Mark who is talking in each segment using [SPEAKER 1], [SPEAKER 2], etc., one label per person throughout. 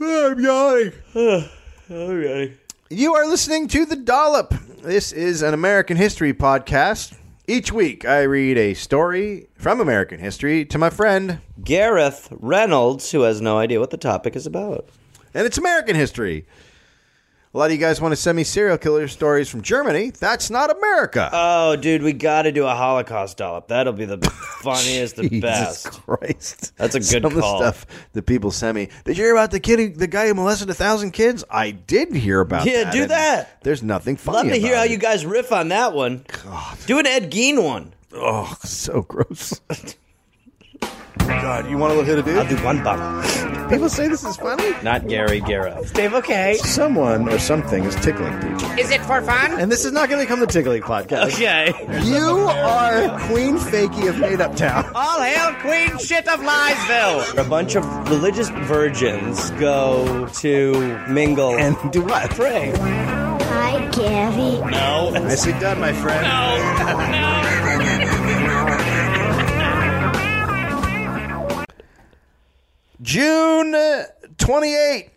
[SPEAKER 1] I'm yawning.
[SPEAKER 2] You are listening to The Dollop. This is an American history podcast. Each week, I read a story from American history to my friend,
[SPEAKER 3] Gareth Reynolds, who has no idea what the topic is about.
[SPEAKER 2] and it's American history. A lot of you guys want to send me serial killer stories from Germany. That's not America.
[SPEAKER 3] Oh, dude, we got to do a Holocaust dollop. That'll be the funniest, the
[SPEAKER 2] Jesus
[SPEAKER 3] best.
[SPEAKER 2] Christ.
[SPEAKER 3] That's a
[SPEAKER 2] Some
[SPEAKER 3] good
[SPEAKER 2] Of
[SPEAKER 3] call.
[SPEAKER 2] the stuff that people send me. Did you hear about the kid, who, the guy who molested a thousand kids? I did hear about
[SPEAKER 3] Yeah,
[SPEAKER 2] that.
[SPEAKER 3] do
[SPEAKER 2] and
[SPEAKER 3] that.
[SPEAKER 2] There's nothing funny.
[SPEAKER 3] Love to hear
[SPEAKER 2] about
[SPEAKER 3] how
[SPEAKER 2] it.
[SPEAKER 3] you guys riff on that one. Do an Ed Gein one.
[SPEAKER 2] Oh, so gross. God, you want to look at a
[SPEAKER 3] I'll
[SPEAKER 2] dude?
[SPEAKER 3] do one bottle.
[SPEAKER 2] People say this is funny.
[SPEAKER 3] Not Gary Gareth.
[SPEAKER 4] Dave, okay.
[SPEAKER 2] Someone or something is tickling people.
[SPEAKER 4] Is it for fun?
[SPEAKER 2] And this is not going to become the tickling podcast.
[SPEAKER 3] Okay.
[SPEAKER 2] You are Queen Fakey of Made Up Town.
[SPEAKER 4] All hail Queen Shit of Liesville!
[SPEAKER 3] A bunch of religious virgins go to mingle
[SPEAKER 2] And do what?
[SPEAKER 3] pray.
[SPEAKER 5] Hi, Gary.
[SPEAKER 3] No.
[SPEAKER 2] Nicely done, my friend. June 28,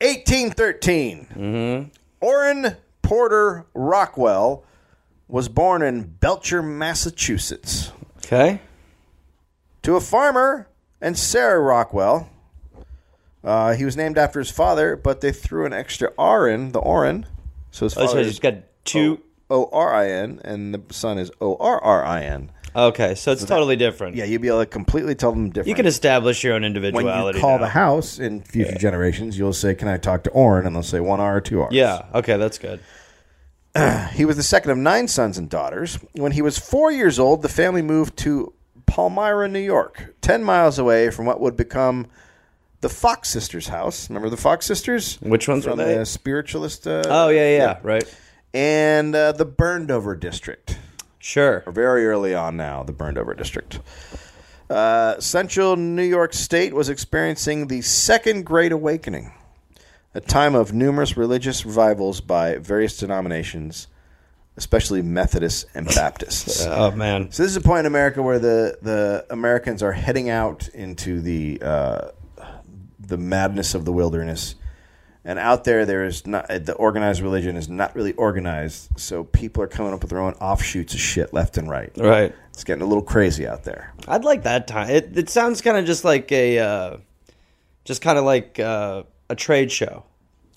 [SPEAKER 2] 1813. Mm-hmm. Orrin Porter Rockwell was born in Belcher, Massachusetts,
[SPEAKER 3] Okay.
[SPEAKER 2] to a farmer and Sarah Rockwell. Uh, he was named after his father, but they threw an extra R in the Orrin, so his
[SPEAKER 3] Oh,
[SPEAKER 2] father
[SPEAKER 3] so
[SPEAKER 2] is
[SPEAKER 3] he's got
[SPEAKER 2] Oh.
[SPEAKER 3] two.
[SPEAKER 2] O R I N, and the son is O R R I N.
[SPEAKER 3] Okay, so it's totally different.
[SPEAKER 2] Yeah, you'd be able to completely tell them different.
[SPEAKER 3] You can establish your own
[SPEAKER 2] when
[SPEAKER 3] individuality.
[SPEAKER 2] you call
[SPEAKER 3] now.
[SPEAKER 2] the house in future generations, you'll say, "Can I talk to Orrin?" And they'll say, "One R, two R."
[SPEAKER 3] Yeah. Okay, that's good.
[SPEAKER 2] He was the second of nine sons and daughters. When he was four years old, the family moved to Palmyra, New York, ten miles away from what would become the Fox sisters' house. Remember the Fox sisters?
[SPEAKER 3] Which ones
[SPEAKER 2] From
[SPEAKER 3] were they?
[SPEAKER 2] the spiritualist. Uh,
[SPEAKER 3] Oh yeah, yeah, right.
[SPEAKER 2] And uh, the Burndover district.
[SPEAKER 3] Sure.
[SPEAKER 2] very early on now, the burned over district. Uh, Central New York State was experiencing the Second Great Awakening, a time of numerous religious revivals by various denominations, especially Methodists and Baptists.
[SPEAKER 3] Oh man.
[SPEAKER 2] So this is a point in America where the, the Americans are heading out into the uh, the madness of the wilderness, and out there there is not the organized religion is not really organized, so people are coming up with their own offshoots of shit left and right.
[SPEAKER 3] Right.
[SPEAKER 2] It's getting a little crazy out there.
[SPEAKER 3] I'd like that time. It, it sounds kind of just like a, uh, just kind of like uh, a trade show.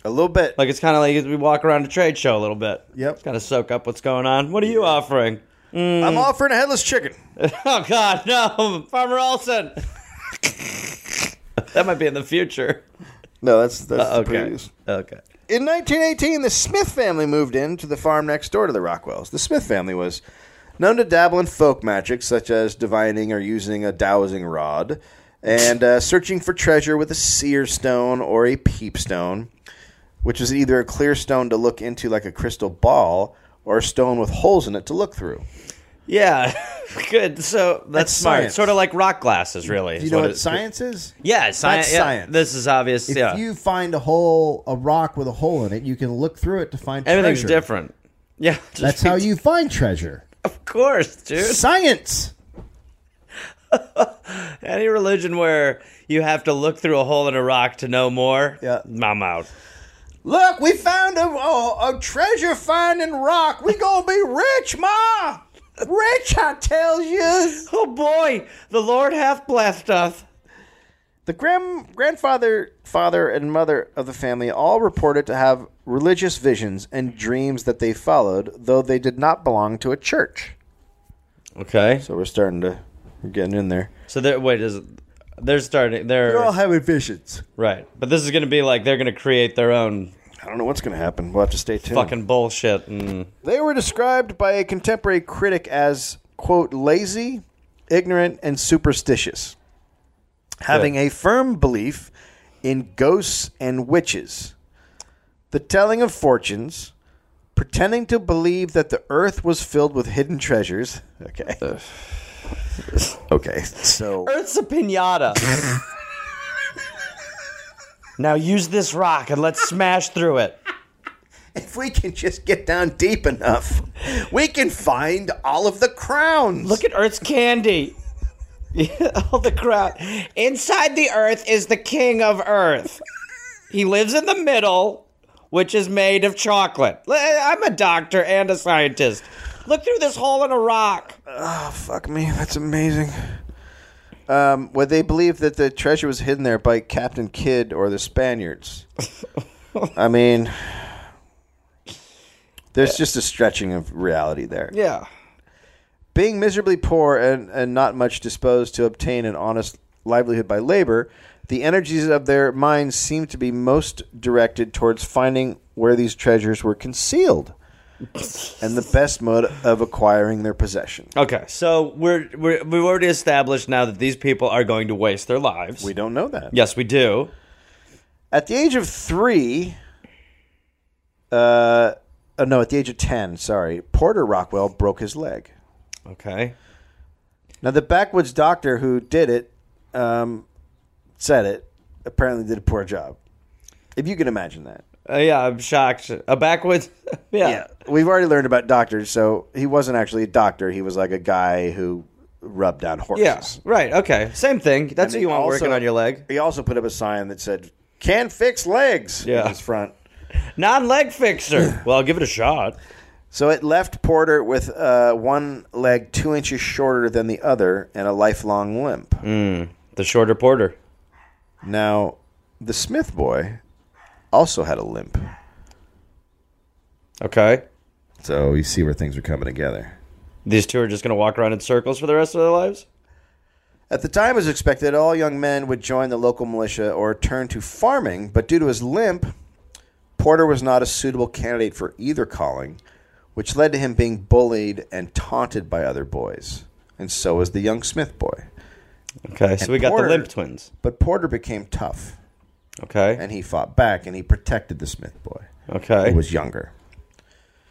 [SPEAKER 2] A little bit.
[SPEAKER 3] Like it's kind of like we walk around a trade show a little bit.
[SPEAKER 2] Yep.
[SPEAKER 3] Kind of soak up what's going on. What are you offering? Mm.
[SPEAKER 2] I'm offering a headless chicken.
[SPEAKER 3] Oh God, no, Farmer Olson. that might be in the future.
[SPEAKER 2] No, that's that's the
[SPEAKER 3] Uh, Okay.
[SPEAKER 2] previous.
[SPEAKER 3] Okay.
[SPEAKER 2] In 1918, the Smith family moved in to the farm next door to the Rockwells. The Smith family was known to dabble in folk magic, such as divining or using a dowsing rod, and uh, searching for treasure with a seer stone or a peep stone, which is either a clear stone to look into like a crystal ball or a stone with holes in it to look through.
[SPEAKER 3] Yeah. Good. So that's,
[SPEAKER 2] That's
[SPEAKER 3] smart.
[SPEAKER 2] science.
[SPEAKER 3] Sort of like rock glasses,
[SPEAKER 2] Do
[SPEAKER 3] really. is
[SPEAKER 2] you know what
[SPEAKER 3] it-
[SPEAKER 2] science is?
[SPEAKER 3] Yeah, science.
[SPEAKER 2] That's
[SPEAKER 3] yeah,
[SPEAKER 2] science.
[SPEAKER 3] This is obvious.
[SPEAKER 2] If
[SPEAKER 3] yeah.
[SPEAKER 2] you find a hole, a rock with a hole in it, you can look through it to find
[SPEAKER 3] Everything's
[SPEAKER 2] treasure.
[SPEAKER 3] different. Yeah.
[SPEAKER 1] That's how you find treasure.
[SPEAKER 3] Of course, dude.
[SPEAKER 2] Science.
[SPEAKER 3] Any religion where you have to look through a hole in a rock to know more,
[SPEAKER 2] Yeah.
[SPEAKER 3] I'm out.
[SPEAKER 2] Look, we found a, a, a treasure finding rock. We gonna be rich, ma. Rich, I tell you.
[SPEAKER 3] Oh boy, the Lord hath blessed us.
[SPEAKER 2] The grand grandfather, father, and mother of the family all reported to have religious visions and dreams that they followed, though they did not belong to a church.
[SPEAKER 3] Okay.
[SPEAKER 2] So we're starting to, we're getting in there.
[SPEAKER 3] So there, wait, is they're starting? They're
[SPEAKER 2] having visions.
[SPEAKER 3] right, but this is gonna be like they're gonna create their own
[SPEAKER 2] I don't know what's gonna happen. We'll have to stay tuned.
[SPEAKER 3] fucking bullshit. And,
[SPEAKER 2] They were described by a contemporary critic as, quote, lazy, ignorant, and superstitious, having a firm belief in ghosts and witches, the telling of fortunes, pretending to believe that the earth was filled with hidden treasures. Okay. okay. So.
[SPEAKER 3] Earth's a pinata. now use this rock and let's smash through it.
[SPEAKER 2] If we can just get down deep enough, we can find all of the crowns.
[SPEAKER 3] Look at Earth's candy. All the crowd. Inside the Earth is the king of Earth. He lives in the middle, which is made of chocolate. L- eh, I'm a doctor and a scientist. Look through this hole in a rock.
[SPEAKER 2] Fuck me, that's amazing. Um, well, they believe that the treasure was hidden there by Captain Kidd or the Spaniards. I mean, there's just a stretching of reality there.
[SPEAKER 3] Yeah.
[SPEAKER 2] Being miserably poor and, and not much disposed to obtain an honest livelihood by labor, the energies of their minds seem to be most directed towards finding where these treasures were concealed and the best mode of acquiring their possession.
[SPEAKER 3] Okay, so we're, we're we've already established now that these people are going to waste their lives.
[SPEAKER 2] We don't know that.
[SPEAKER 3] yes, we do.
[SPEAKER 2] At the age of three, uh, oh no, at the age of 10, sorry, Porter Rockwell broke his leg.
[SPEAKER 3] Okay.
[SPEAKER 2] Now, the backwoods doctor who did it, um, said it, apparently did a poor job. If you can imagine that.
[SPEAKER 3] Uh, yeah, I'm shocked. A backwoods. yeah.
[SPEAKER 2] Uh, We've already learned about doctors, so he wasn't actually a doctor. He was like a guy who rubbed down horses.
[SPEAKER 3] Yeah, Right. Okay. Same thing. That's what
[SPEAKER 2] And
[SPEAKER 3] you
[SPEAKER 2] he
[SPEAKER 3] want
[SPEAKER 2] also-
[SPEAKER 3] working on your leg.
[SPEAKER 2] He also put up a sign that said, Can fix legs
[SPEAKER 3] Yeah.
[SPEAKER 2] in his front.
[SPEAKER 3] Non leg fixer. well, give it a shot.
[SPEAKER 2] So it left Porter with uh, one leg two inches shorter than the other and a lifelong limp.
[SPEAKER 3] The shorter porter.
[SPEAKER 2] Now, the Smith boy also had a limp.
[SPEAKER 3] Okay.
[SPEAKER 2] So you see where things are coming together.
[SPEAKER 3] These two are just going to walk around in circles for the rest of their lives?
[SPEAKER 2] At the time, it was expected all young men would join the local militia or turn to farming, but due to his limp, Porter was not a suitable candidate for either calling, which led to him being bullied and taunted by other boys. And so was the young Smith boy.
[SPEAKER 3] Okay. So
[SPEAKER 2] And
[SPEAKER 3] we got
[SPEAKER 2] Porter-
[SPEAKER 3] the limp twins.
[SPEAKER 2] But Porter became tough.
[SPEAKER 3] Okay.
[SPEAKER 2] and he fought back and he protected the Smith boy
[SPEAKER 3] Okay.
[SPEAKER 2] who was younger.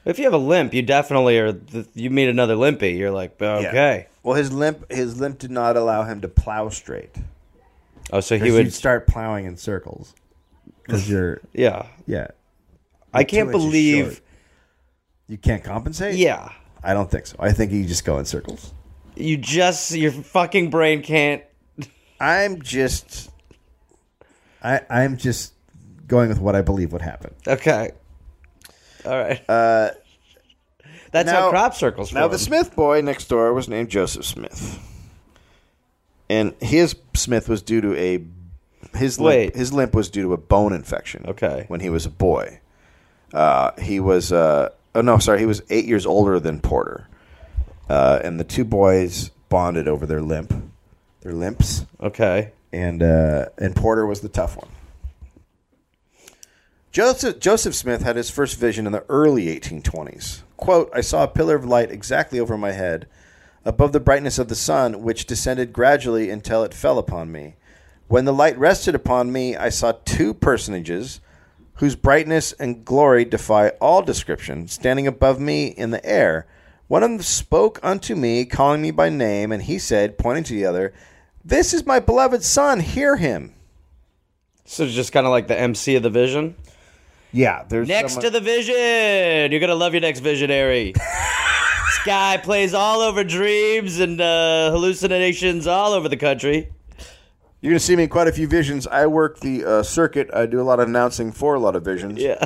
[SPEAKER 3] if you have a limp, you definitely are. Th- you meet another limpy. You're like, okay.
[SPEAKER 2] Well, his limp his limp did not allow him to plow straight.
[SPEAKER 3] Oh, so he
[SPEAKER 1] He
[SPEAKER 3] would.
[SPEAKER 1] would start plowing in circles. Cause you're
[SPEAKER 3] yeah.
[SPEAKER 1] yeah.
[SPEAKER 3] I can't
[SPEAKER 2] two inches
[SPEAKER 3] believe.
[SPEAKER 2] short. You can't compensate.
[SPEAKER 3] Yeah.
[SPEAKER 2] I don't think so. I think you just go in circles.
[SPEAKER 3] You just. Your fucking brain can't.
[SPEAKER 2] I'm just
[SPEAKER 1] I I'm just going with what I believe would happen.
[SPEAKER 3] Okay. All right. Uh, That's
[SPEAKER 2] now-
[SPEAKER 3] how crop circles
[SPEAKER 2] now
[SPEAKER 3] form.
[SPEAKER 2] the Smith boy next door was named Joseph Smith, and his Smith was due to a his limp,
[SPEAKER 3] Wait.
[SPEAKER 2] his limp was due to a bone infection.
[SPEAKER 3] Okay.
[SPEAKER 2] when he was a boy, uh, he was uh, oh no sorry he was eight years older than Porter, uh, and the two boys bonded over their limp, their limps,
[SPEAKER 3] Okay.
[SPEAKER 2] and uh, and Porter was the tough one. Joseph, Joseph Smith had his first vision in the early 1820s. Quote, I saw a pillar of light exactly over my head, above the brightness of the sun, which descended gradually until it fell upon me. When the light rested upon me, I saw two personages whose brightness and glory defy all description, standing above me in the air. One of them spoke unto me, calling me by name, and he said, pointing to the other, This is my beloved son, hear him.
[SPEAKER 3] So it's just kind of like the MC of the vision.
[SPEAKER 1] Yeah, there's
[SPEAKER 3] Next to the vision, you're gonna love your next visionary. this guy plays all over dreams and uh, hallucinations all over the country.
[SPEAKER 2] You're gonna see me in quite a few visions. I work the uh, circuit. I do a lot of announcing for a lot of visions.
[SPEAKER 3] Yeah.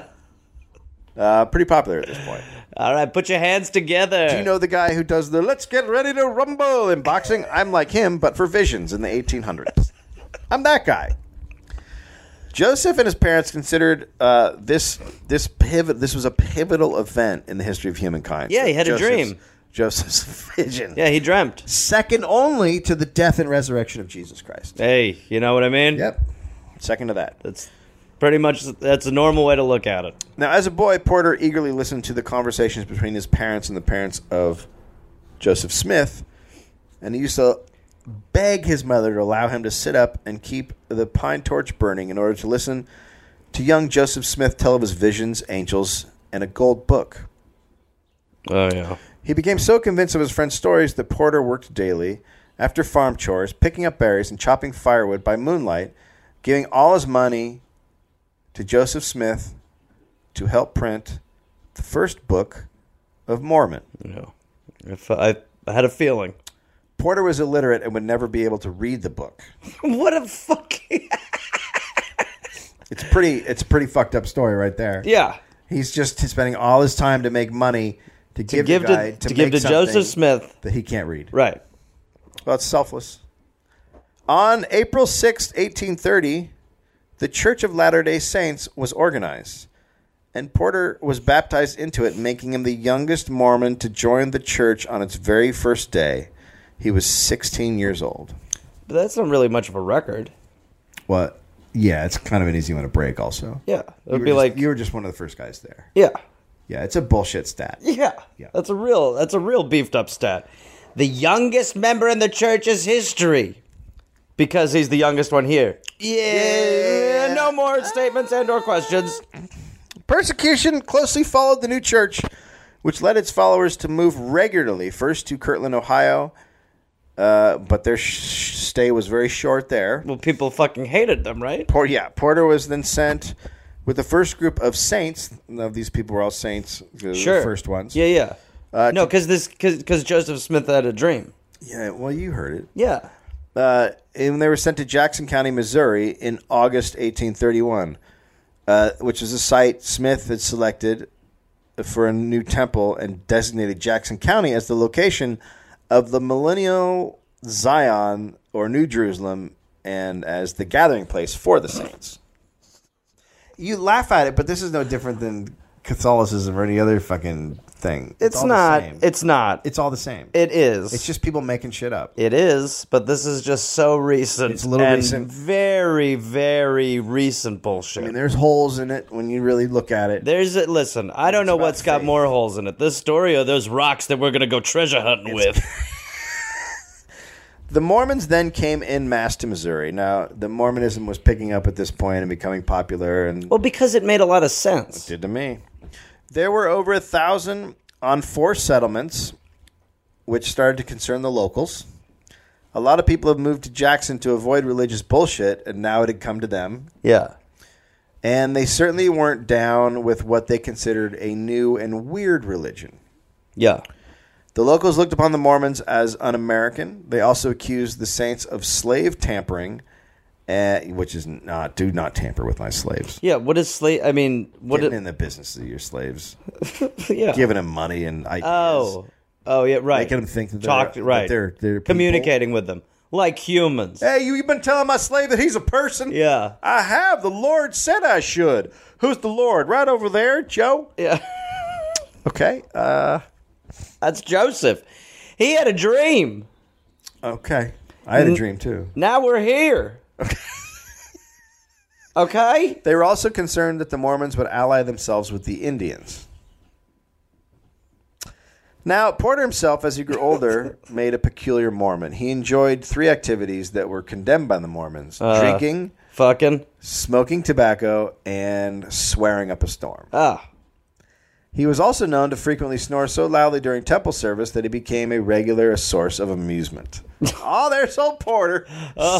[SPEAKER 2] Uh, pretty popular at this point.
[SPEAKER 3] All right, put your hands together.
[SPEAKER 2] Do you know the guy who does the "Let's get ready to rumble" in boxing? I'm like him, but for visions in the 1800s. I'm that guy. Joseph and his parents considered uh, this this pivot. This was a pivotal event in the history of humankind.
[SPEAKER 3] Yeah, he had a dream.
[SPEAKER 2] Joseph's vision.
[SPEAKER 3] Yeah, he dreamt.
[SPEAKER 2] Second only to the death and resurrection of Jesus Christ.
[SPEAKER 3] Hey, you know what I mean?
[SPEAKER 2] Yep. Second to that.
[SPEAKER 3] That's pretty much that's a normal way to look at it.
[SPEAKER 2] Now, as a boy, Porter eagerly listened to the conversations between his parents and the parents of Joseph Smith, and he used to beg his mother to allow him to sit up and keep the pine torch burning in order to listen to young Joseph Smith tell of his visions, angels, and a gold book.
[SPEAKER 3] Oh yeah.
[SPEAKER 2] He became so convinced of his friend's stories that Porter worked daily, after farm chores, picking up berries and chopping firewood by moonlight, giving all his money to Joseph Smith to help print the first book of Mormon.
[SPEAKER 3] Yeah. If I, I had a feeling.
[SPEAKER 2] Porter was illiterate and would never be able to read the book.
[SPEAKER 3] what a fucking
[SPEAKER 1] It's pretty. It's a pretty fucked up story right there.
[SPEAKER 3] Yeah.
[SPEAKER 1] He's just spending all his time to make money to, give,
[SPEAKER 3] give
[SPEAKER 1] the
[SPEAKER 3] to-
[SPEAKER 1] guy, to,
[SPEAKER 3] to give
[SPEAKER 1] make
[SPEAKER 3] to Joseph
[SPEAKER 1] something
[SPEAKER 3] Smith.
[SPEAKER 1] that he can't read.
[SPEAKER 3] Right.
[SPEAKER 2] Well, it's selfless. On April sixth, 1830, the Church of Latter day Saints was organized, and Porter was baptized into it, making him the youngest Mormon to join the church on its very first day. He was 16 years old.
[SPEAKER 3] But that's not really much of a record.
[SPEAKER 1] Well, yeah, it's kind of an easy one to break. Also,
[SPEAKER 3] Yeah. It
[SPEAKER 1] You
[SPEAKER 3] would
[SPEAKER 1] were
[SPEAKER 3] be
[SPEAKER 1] just-
[SPEAKER 3] like
[SPEAKER 1] you were just one of the first guys there.
[SPEAKER 3] Yeah.
[SPEAKER 1] Yeah, it's a bullshit stat.
[SPEAKER 3] Yeah.
[SPEAKER 1] Yeah.
[SPEAKER 3] That's a real that's a real beefed up stat. The youngest member in the church's history. Because he's the youngest one here. Yeah. No more statements and or questions.
[SPEAKER 2] Persecution closely followed the new church, which led its followers to move regularly, first to Kirtland, Ohio, uh, but their sh- stay was very short there.
[SPEAKER 3] Well, people fucking hated them, right?
[SPEAKER 2] Por- yeah, Porter was then sent with the first group of saints. Now, these people were all saints, the
[SPEAKER 3] Sure.
[SPEAKER 2] first ones.
[SPEAKER 3] Yeah, yeah.
[SPEAKER 1] Uh,
[SPEAKER 3] no, because this because Joseph Smith had a dream.
[SPEAKER 2] Yeah, well, you heard it.
[SPEAKER 3] Yeah.
[SPEAKER 2] Uh, and they were sent to Jackson County, Missouri in August 1831, uh, which was a site Smith had selected for a new temple and designated Jackson County as the location of the millennial Zion or New Jerusalem and as the gathering place for the saints.
[SPEAKER 1] You laugh at it, but this is no different than Catholicism or any other fucking thing.
[SPEAKER 3] It's,
[SPEAKER 1] all the
[SPEAKER 3] not.
[SPEAKER 1] same.
[SPEAKER 3] It's not.
[SPEAKER 1] it's all the same.
[SPEAKER 3] It is.
[SPEAKER 1] it's just people making shit up.
[SPEAKER 3] It is, but this is just so recent.
[SPEAKER 1] It's a little
[SPEAKER 3] and
[SPEAKER 1] recent.
[SPEAKER 3] Very, very recent bullshit.
[SPEAKER 2] I mean, there's holes in it when you really look at it.
[SPEAKER 3] There's a, listen. I don't know
[SPEAKER 2] about
[SPEAKER 3] what's got
[SPEAKER 2] faith.
[SPEAKER 3] more holes in it, this story or those rocks that we're gonna go treasure hunting with.
[SPEAKER 2] The Mormons then came in mass to Missouri. Now, the Mormonism was picking up at this point and becoming popular, and
[SPEAKER 3] well, because it made a lot of sense.
[SPEAKER 2] did to me. There were over a thousand on four settlements, which started to concern the locals. A lot of people have moved to Jackson to avoid religious bullshit, and now it had come to them.
[SPEAKER 3] Yeah.
[SPEAKER 2] And they certainly weren't down with what they considered a new and weird religion.
[SPEAKER 3] Yeah.
[SPEAKER 2] The locals looked upon the Mormons as un American. They also accused the saints of slave tampering, uh, which is not, do not tamper with my slaves.
[SPEAKER 3] Yeah. What is slave? I mean, what?
[SPEAKER 2] Getting
[SPEAKER 3] It,
[SPEAKER 2] in the business of your slaves,
[SPEAKER 3] yeah.
[SPEAKER 2] giving them money and ideas.
[SPEAKER 3] oh. Oh yeah. Right.
[SPEAKER 1] Making them think that they're-
[SPEAKER 3] Talk-
[SPEAKER 1] that
[SPEAKER 3] right.
[SPEAKER 1] they're- they're people. Eh.
[SPEAKER 3] communicating with them like humans.
[SPEAKER 2] Hey, you, you've been telling my slave that he's a person?
[SPEAKER 3] Yeah.
[SPEAKER 2] I have. The Lord said I should. Who's the Lord? Right over there, Joe?
[SPEAKER 3] Yeah.
[SPEAKER 2] Okay. Uh,
[SPEAKER 3] That's Joseph. He had a dream.
[SPEAKER 2] okay. I
[SPEAKER 3] Mm.
[SPEAKER 2] had a dream, too.
[SPEAKER 3] Now we're here. Okay.
[SPEAKER 2] They were also concerned that the Mormons would ally themselves with the Indians. Now, Porter himself, as he grew older, made a peculiar Mormon. He enjoyed three activities that were condemned by the Mormons drinking,
[SPEAKER 3] Fucking.
[SPEAKER 2] smoking tobacco, and swearing up a storm.
[SPEAKER 3] Ah.
[SPEAKER 2] He was also known to frequently snore so loudly during temple service that he became a regular source of amusement. oh, there's old Porter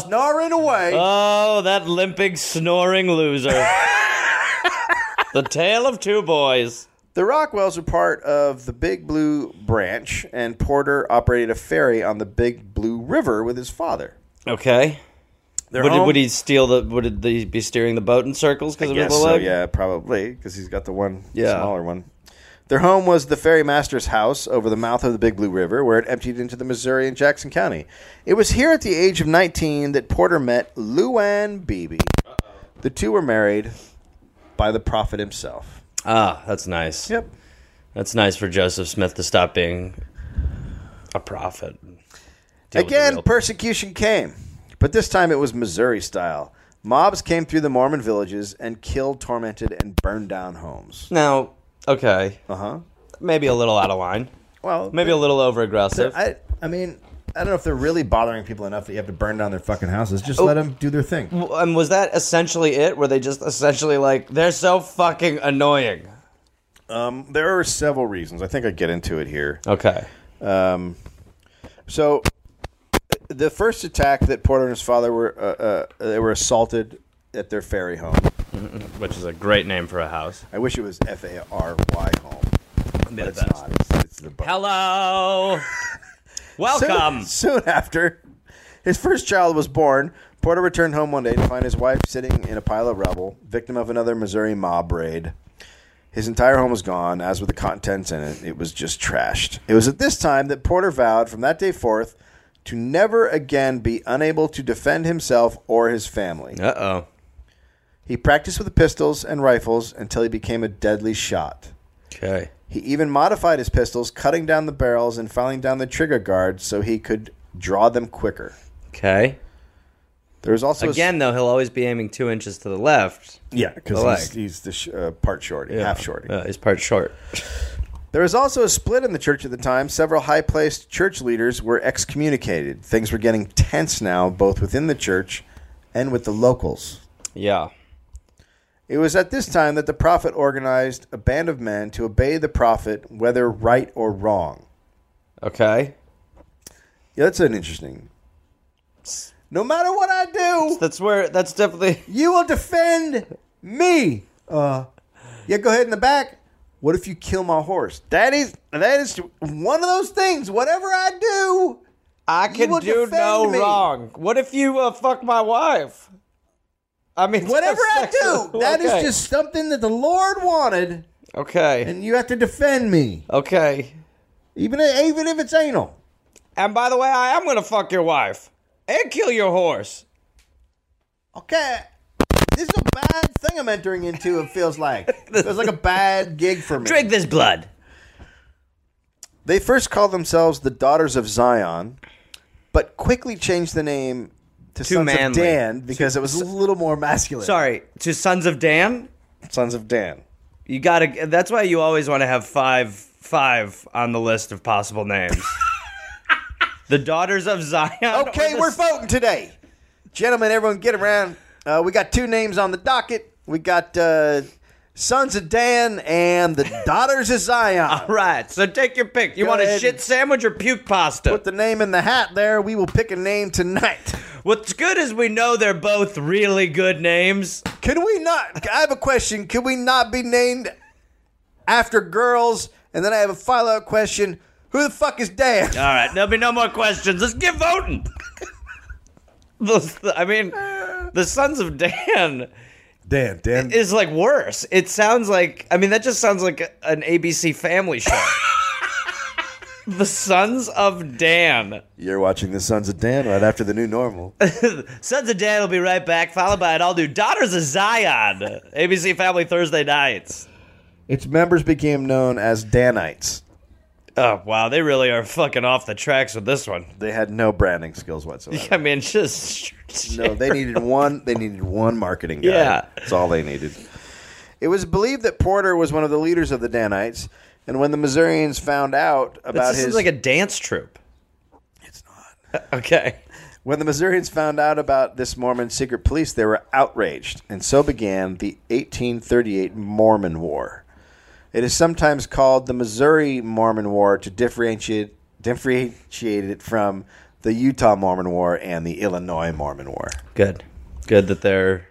[SPEAKER 2] snoring away.
[SPEAKER 3] Oh, that limping, snoring loser. the tale of two boys.
[SPEAKER 2] the Rockwells were part of the Big Blue Branch, and Porter operated a ferry on the Big Blue River with his father.
[SPEAKER 3] Okay.
[SPEAKER 2] Their
[SPEAKER 3] Would,
[SPEAKER 2] home-
[SPEAKER 3] would he steal the? Would he be steering the boat in circles because of
[SPEAKER 2] Yes,
[SPEAKER 3] his
[SPEAKER 2] so
[SPEAKER 3] leg?
[SPEAKER 2] yeah, probably because he's got the one
[SPEAKER 3] Yeah.
[SPEAKER 2] smaller one. Their home was the ferrymaster's house over the mouth of the Big Blue River, where it emptied into the Missouri in Jackson County. It was here at the age of 19 that Porter met Luann Beebe. The two were married by the prophet himself.
[SPEAKER 3] Ah, that's nice.
[SPEAKER 2] Yep.
[SPEAKER 3] That's nice for Joseph Smith to stop being a prophet. and deal with the
[SPEAKER 2] Again,
[SPEAKER 3] real-
[SPEAKER 2] persecution came, but this time it was Missouri style. Mobs came through the Mormon villages and killed, tormented, and burned down homes.
[SPEAKER 3] now, okay,
[SPEAKER 2] Uh huh.
[SPEAKER 3] maybe a little out of line,
[SPEAKER 2] Well,
[SPEAKER 3] maybe a little over aggressive.
[SPEAKER 1] I, I mean, I don't know if they're really bothering people enough that you have to burn down their fucking houses. Just
[SPEAKER 3] Oh.
[SPEAKER 1] let them do their thing.
[SPEAKER 3] And was that essentially it? Were they just essentially like they're so fucking annoying? Mm.
[SPEAKER 2] there are several reasons. I think I get into it here.
[SPEAKER 3] Okay.
[SPEAKER 2] So, the first attack that Porter and his father were uh, uh, they were assaulted at their ferry home.
[SPEAKER 3] Which is a great name for a house.
[SPEAKER 2] I wish it was F A R Y home, but it's not. It's, it's the boat.
[SPEAKER 3] Hello.
[SPEAKER 2] Soon-
[SPEAKER 3] Welcome.
[SPEAKER 2] Soon, after his first child was born, Porter returned home one day to find his wife sitting in a pile of rubble, victim of another Missouri mob raid. His entire home was gone, as were the contents in it. It was just trashed. It was at this time that Porter vowed, from that day forth, to never again be unable to defend himself or his family.
[SPEAKER 3] Uh oh.
[SPEAKER 2] He practiced with pistols and rifles until he became a deadly shot.
[SPEAKER 3] Okay.
[SPEAKER 2] He even modified his pistols, cutting down the barrels and filing down the trigger guard so he could draw them quicker.
[SPEAKER 3] Okay.
[SPEAKER 2] There was also a s-
[SPEAKER 3] Again, though, he'll always be aiming two inches to the left.
[SPEAKER 2] yeah, because
[SPEAKER 3] the
[SPEAKER 2] he's,
[SPEAKER 3] leg.
[SPEAKER 2] he's the sh- uh, part shorty, half shorty.
[SPEAKER 3] Uh, his part short.
[SPEAKER 2] There was also a split in the church at the time. Several high-placed church leaders were excommunicated. Things were getting tense now, both within the church and with the locals.
[SPEAKER 3] Yeah.
[SPEAKER 2] It was at this time that the prophet organized a band of men to obey the prophet, whether right or wrong.
[SPEAKER 3] Okay.
[SPEAKER 2] Yeah, that's an interesting. No matter what I do,
[SPEAKER 3] That's where. That's definitely.
[SPEAKER 2] you will defend me. Uh, yeah, go ahead in the back. What if you kill my horse? That is that is one of those things. Whatever I do,
[SPEAKER 3] I can
[SPEAKER 2] will
[SPEAKER 3] do
[SPEAKER 2] defend
[SPEAKER 3] no
[SPEAKER 2] me.
[SPEAKER 3] wrong. What if you uh, fuck my wife? I mean,
[SPEAKER 2] whatever I do, that is
[SPEAKER 3] Okay.
[SPEAKER 2] just something that the Lord wanted,
[SPEAKER 3] okay.
[SPEAKER 2] and you have to defend me,
[SPEAKER 3] Okay.
[SPEAKER 2] even even if it's anal.
[SPEAKER 3] And by the way, I am gonna fuck your wife and kill your horse.
[SPEAKER 2] Okay. This is a bad thing I'm entering into. It feels like it feels like a bad gig for me.
[SPEAKER 3] Drink this blood.
[SPEAKER 2] They first called themselves the Daughters of Zion, but quickly changed the name to Sons
[SPEAKER 3] manly.
[SPEAKER 2] of Dan because it was a little more masculine.
[SPEAKER 3] Sorry, to Sons of Dan.
[SPEAKER 2] Sons of Dan.
[SPEAKER 3] You gotta. That's why you always want to have five five on the list of possible names. the daughters of Zion.
[SPEAKER 2] Okay,
[SPEAKER 3] or the
[SPEAKER 2] we're voting today. Gentlemen, everyone get around. Uh, we got two names on the docket. We got uh, Sons of Dan and the Daughters of Zion.
[SPEAKER 3] Right, so take your pick. You
[SPEAKER 2] Go
[SPEAKER 3] want a
[SPEAKER 2] ahead
[SPEAKER 3] shit
[SPEAKER 2] and-
[SPEAKER 3] sandwich or puke pasta?
[SPEAKER 2] Put the name in the hat there. We will pick a name tonight.
[SPEAKER 3] What's good is we know they're both really good names.
[SPEAKER 2] Can we not? I have a question. Can we not be named after girls? And then I have a follow up question. Who the fuck is Dan?
[SPEAKER 3] All right, there'll be no more questions. Let's get voting. Those- I mean, the Sons of Dan
[SPEAKER 2] Dan, Dan.
[SPEAKER 3] is like worse. It sounds like, I mean, that just sounds like an ABC family show. the Sons of Dan.
[SPEAKER 2] You're watching The Sons of Dan right after the new normal.
[SPEAKER 3] Sons of Dan will be right back, followed by an all new Daughters of Zion. ABC Family Thursday nights.
[SPEAKER 2] its members became known as Danites.
[SPEAKER 3] Oh, wow, they really are fucking off the tracks with this one.
[SPEAKER 2] They had no branding skills whatsoever.
[SPEAKER 3] I mean, just
[SPEAKER 2] No, they needed one. They needed one marketing guy.
[SPEAKER 3] Yeah.
[SPEAKER 2] that's all they needed. It was believed that Porter was one of the leaders of the Danites, and when the Missourians found out
[SPEAKER 3] This
[SPEAKER 2] about
[SPEAKER 3] just
[SPEAKER 2] his
[SPEAKER 3] seems like a dance troupe. It's not. Okay.
[SPEAKER 2] When the Missourians found out about this Mormon secret police, they were outraged, and so began the 1838 Mormon War. It is sometimes called the Missouri Mormon War to differentiate, differentiate it from the Utah Mormon War and the Illinois Mormon War.
[SPEAKER 3] Good. Good that they're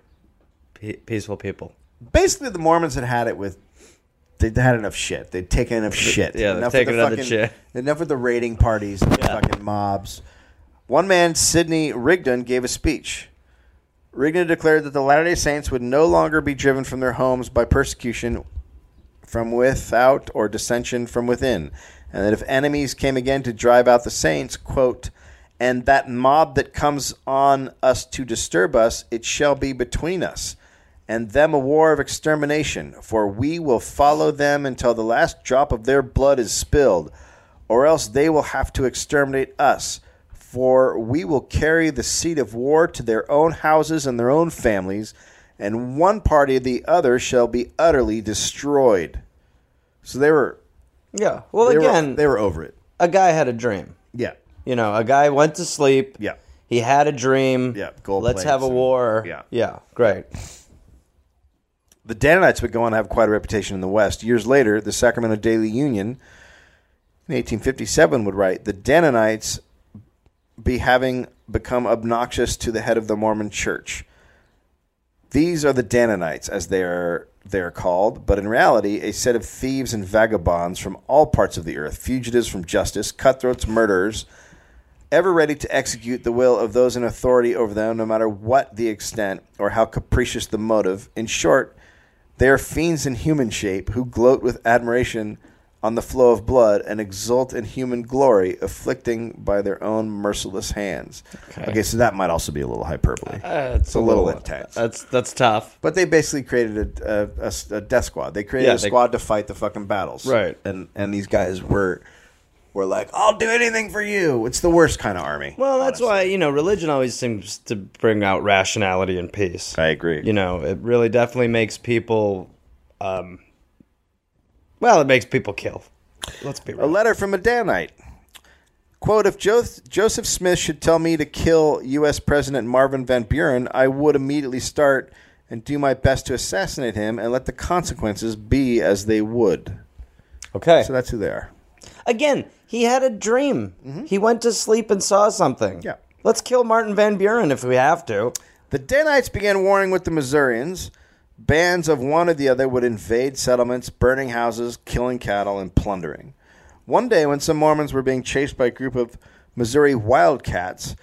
[SPEAKER 3] pe- peaceful people.
[SPEAKER 2] Basically, the Mormons had had it with. They'd had enough shit. They'd taken enough shit.
[SPEAKER 3] yeah, they've
[SPEAKER 2] enough with
[SPEAKER 3] taken
[SPEAKER 2] the
[SPEAKER 3] enough of
[SPEAKER 2] fucking,
[SPEAKER 3] shit.
[SPEAKER 2] Enough with the raiding parties and the fucking mobs. One man, Sidney Rigdon, gave a speech. Rigdon declared that the Latter day Saints would no longer be driven from their homes by persecution from without or dissension from within, and that if enemies came again to drive out the saints, quote, and that mob that comes on us to disturb us, it shall be between us, and them a war of extermination, for we will follow them until the last drop of their blood is spilled, or else they will have to exterminate us. For we will carry the seat of war to their own houses and their own families, and one party or the other shall be utterly destroyed. So they were
[SPEAKER 3] Yeah. Well,
[SPEAKER 2] they were
[SPEAKER 3] again,
[SPEAKER 2] they were over it.
[SPEAKER 3] a guy had a dream.
[SPEAKER 2] Yeah.
[SPEAKER 3] You know, a guy went to sleep.
[SPEAKER 2] Yeah.
[SPEAKER 3] He had a dream.
[SPEAKER 2] Yeah, gold
[SPEAKER 3] Let's
[SPEAKER 2] plates
[SPEAKER 3] have a
[SPEAKER 2] and-
[SPEAKER 3] war.
[SPEAKER 2] yeah.
[SPEAKER 3] Yeah. Great.
[SPEAKER 2] The Danites would go on to have quite a reputation in the West. Years later, the Sacramento Daily Union in 1857 would write, "The Danites be having become obnoxious to the head of the Mormon Church. These are the Danonites, as they are they are called, but in reality, a set of thieves and vagabonds from all parts of the earth, fugitives from justice, cutthroats, murderers, ever ready to execute the will of those in authority over them, no matter what the extent or how capricious the motive. In short, they are fiends in human shape who gloat with admiration on the flow of blood and exult in human glory, afflicting by their own merciless hands. Okay, so that might also be a little hyperbole.
[SPEAKER 3] It's
[SPEAKER 2] a little intense.
[SPEAKER 3] That's that's tough.
[SPEAKER 2] But they basically created a, a- a s- a death squad. They created
[SPEAKER 3] Yeah,
[SPEAKER 2] a
[SPEAKER 3] they-
[SPEAKER 2] squad to fight the fucking battles.
[SPEAKER 3] Right.
[SPEAKER 2] And and these guys were were like, I'll do anything for you. It's the worst kind of army.
[SPEAKER 3] Well, that's why you know religion always seems to bring out rationality and peace.
[SPEAKER 2] I agree.
[SPEAKER 3] You know, it really definitely makes people. Um, well, it makes people kill. Let's be
[SPEAKER 2] a
[SPEAKER 3] real.
[SPEAKER 2] letter from a Danite. Quote, if jo- Joseph Smith should tell me to kill U.S. President Marvin Van Buren, I would immediately start and do my best to assassinate him and let the consequences be as they would.
[SPEAKER 3] Okay.
[SPEAKER 2] So that's who they are.
[SPEAKER 3] Again, he had a dream. He went to sleep and saw something.
[SPEAKER 2] Mm-hmm. Yeah.
[SPEAKER 3] Let's kill Martin Van Buren if we have to.
[SPEAKER 2] The Danites began warring with the Missourians. Bands of one or the other would invade settlements, burning houses, killing cattle, and plundering. One day, when some Mormons were being chased by a group of Missouri wildcats,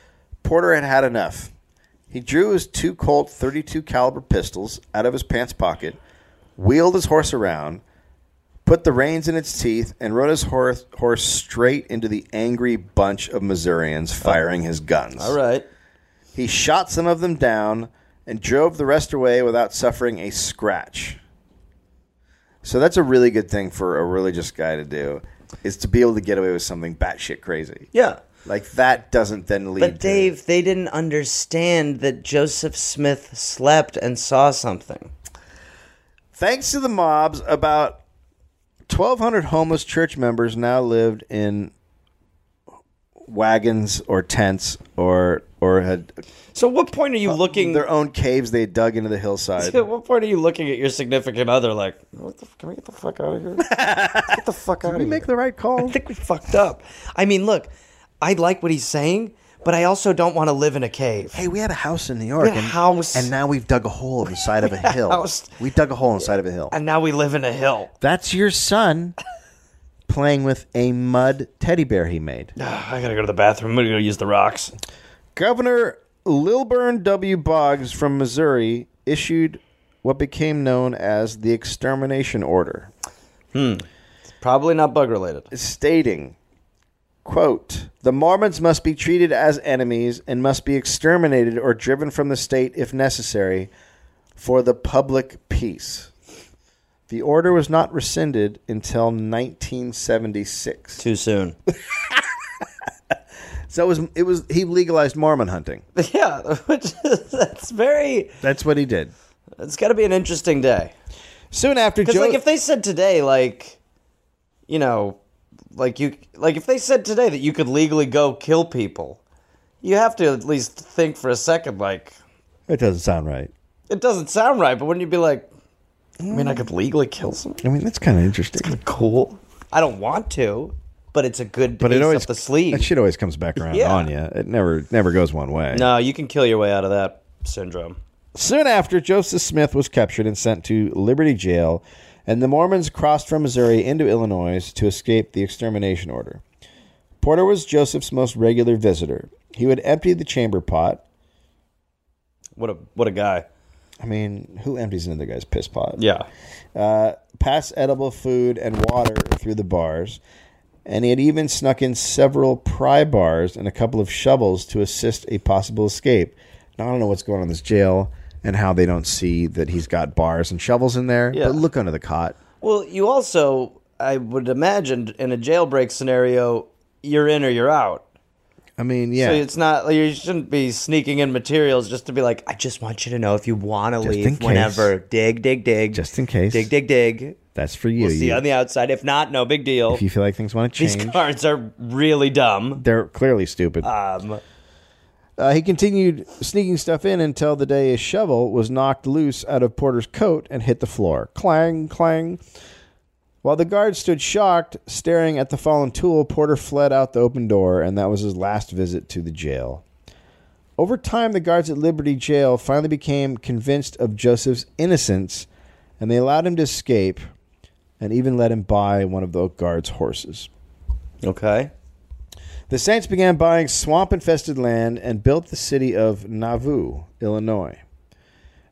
[SPEAKER 2] Porter had had enough. He drew his two Colt 32 caliber pistols out of his pants pocket, wheeled his horse around, put the reins in its teeth, and rode his horse, horse straight into the angry bunch of Missourians firing his guns.
[SPEAKER 3] All right.
[SPEAKER 2] He shot some of them down and drove the rest away without suffering a scratch. So that's a really good thing for a religious guy to do, is to be able to get away with something batshit crazy.
[SPEAKER 3] Yeah.
[SPEAKER 2] Like that doesn't then lead.
[SPEAKER 3] But
[SPEAKER 2] to-
[SPEAKER 3] Dave, they didn't understand that Joseph Smith slept and saw something.
[SPEAKER 2] thanks to the mobs, about 1,200 homeless church members now lived in wagons or tents or or had
[SPEAKER 3] So, what point are you looking?
[SPEAKER 2] their own caves they had dug into the hillside.
[SPEAKER 3] At what point are you looking at your significant other like, what the, f- can we get the fuck out of here? Get the fuck out of
[SPEAKER 2] We
[SPEAKER 3] here.
[SPEAKER 2] make the right call.
[SPEAKER 3] I think we fucked up. I mean, look, I like what he's saying, but I also don't want to live in a cave.
[SPEAKER 2] hey, we had a house in New York.
[SPEAKER 3] had a
[SPEAKER 2] and,
[SPEAKER 3] house.
[SPEAKER 2] And now we've dug a hole in the side of a hill.
[SPEAKER 3] house.
[SPEAKER 2] We dug a hole inside of a hill.
[SPEAKER 3] And now we live in a hill.
[SPEAKER 2] That's your son playing with a mud teddy bear he made.
[SPEAKER 3] I gotta go to the bathroom. I'm gonna go use the rocks.
[SPEAKER 2] Governor Lilburn W. Boggs from Missouri issued what became known as the extermination order.
[SPEAKER 3] Probably not bug related.
[SPEAKER 2] stating quote the mormons must be treated as enemies and must be exterminated or driven from the state if necessary for the public peace the order was not rescinded until 1976
[SPEAKER 3] Too soon.
[SPEAKER 2] so it was it was he legalized mormon hunting
[SPEAKER 3] yeah, which is, that's very.
[SPEAKER 2] that's what he did
[SPEAKER 3] It's gotta be an interesting day.
[SPEAKER 2] soon after
[SPEAKER 3] Because
[SPEAKER 2] Joe-
[SPEAKER 3] like if they said today, like, you know, like you like if they said today that you could legally go kill people, you have to at least think for a second. Like,
[SPEAKER 2] it doesn't sound right
[SPEAKER 3] it doesn't sound right, but wouldn't you be like, "Hmm, I mean, I could legally kill someone?
[SPEAKER 2] i mean that's kind of interesting
[SPEAKER 3] Cool. I don't want to, but it's a good. But it always up the
[SPEAKER 2] that
[SPEAKER 3] sleeve.
[SPEAKER 2] shit always comes back around
[SPEAKER 3] Yeah.
[SPEAKER 2] on you it never never goes one way
[SPEAKER 3] no, you can kill your way out of that syndrome.
[SPEAKER 2] Soon after, Joseph Smith was captured and sent to Liberty Jail, and the Mormons crossed from Missouri into Illinois to escape the extermination order. Porter was Joseph's most regular visitor. He would empty the chamber pot.
[SPEAKER 3] What a what a guy.
[SPEAKER 2] I mean, who empties another guy's piss pot?
[SPEAKER 3] Yeah.
[SPEAKER 2] Uh, pass edible food and water through the bars, and he had even snuck in several pry bars and a couple of shovels to assist a possible escape. Now, I don't know what's going on in this jail and how they don't see that he's got bars and shovels in there,
[SPEAKER 3] Yeah.
[SPEAKER 2] but look under the cot.
[SPEAKER 3] Well, you also, I would imagine, in a jailbreak scenario, you're in or you're out.
[SPEAKER 2] I mean, yeah.
[SPEAKER 3] So it's not like, you shouldn't be sneaking in materials just to be like, I just want you to know if you want to
[SPEAKER 2] in
[SPEAKER 3] leave
[SPEAKER 2] case.
[SPEAKER 3] whenever. Dig, dig, dig.
[SPEAKER 2] Just in case.
[SPEAKER 3] Dig, dig, dig.
[SPEAKER 2] That's for you.
[SPEAKER 3] See you on the outside. If not, no big deal.
[SPEAKER 2] if you feel like things want to
[SPEAKER 3] These
[SPEAKER 2] change,
[SPEAKER 3] cards are really dumb.
[SPEAKER 2] they're clearly stupid.
[SPEAKER 3] Um,
[SPEAKER 2] Uh, he continued sneaking stuff in until the day his shovel was knocked loose out of Porter's coat and hit the floor. Clang, clang. While the guard stood shocked, staring at the fallen tool, Porter fled out the open door, and that was his last visit to the jail. Over time, the guards at Liberty Jail finally became convinced of Joseph's innocence, and they allowed him to escape and even let him buy one of the guards' horses.
[SPEAKER 3] okay.
[SPEAKER 2] The Saints began buying swamp infested land and built the city of Nauvoo, Illinois.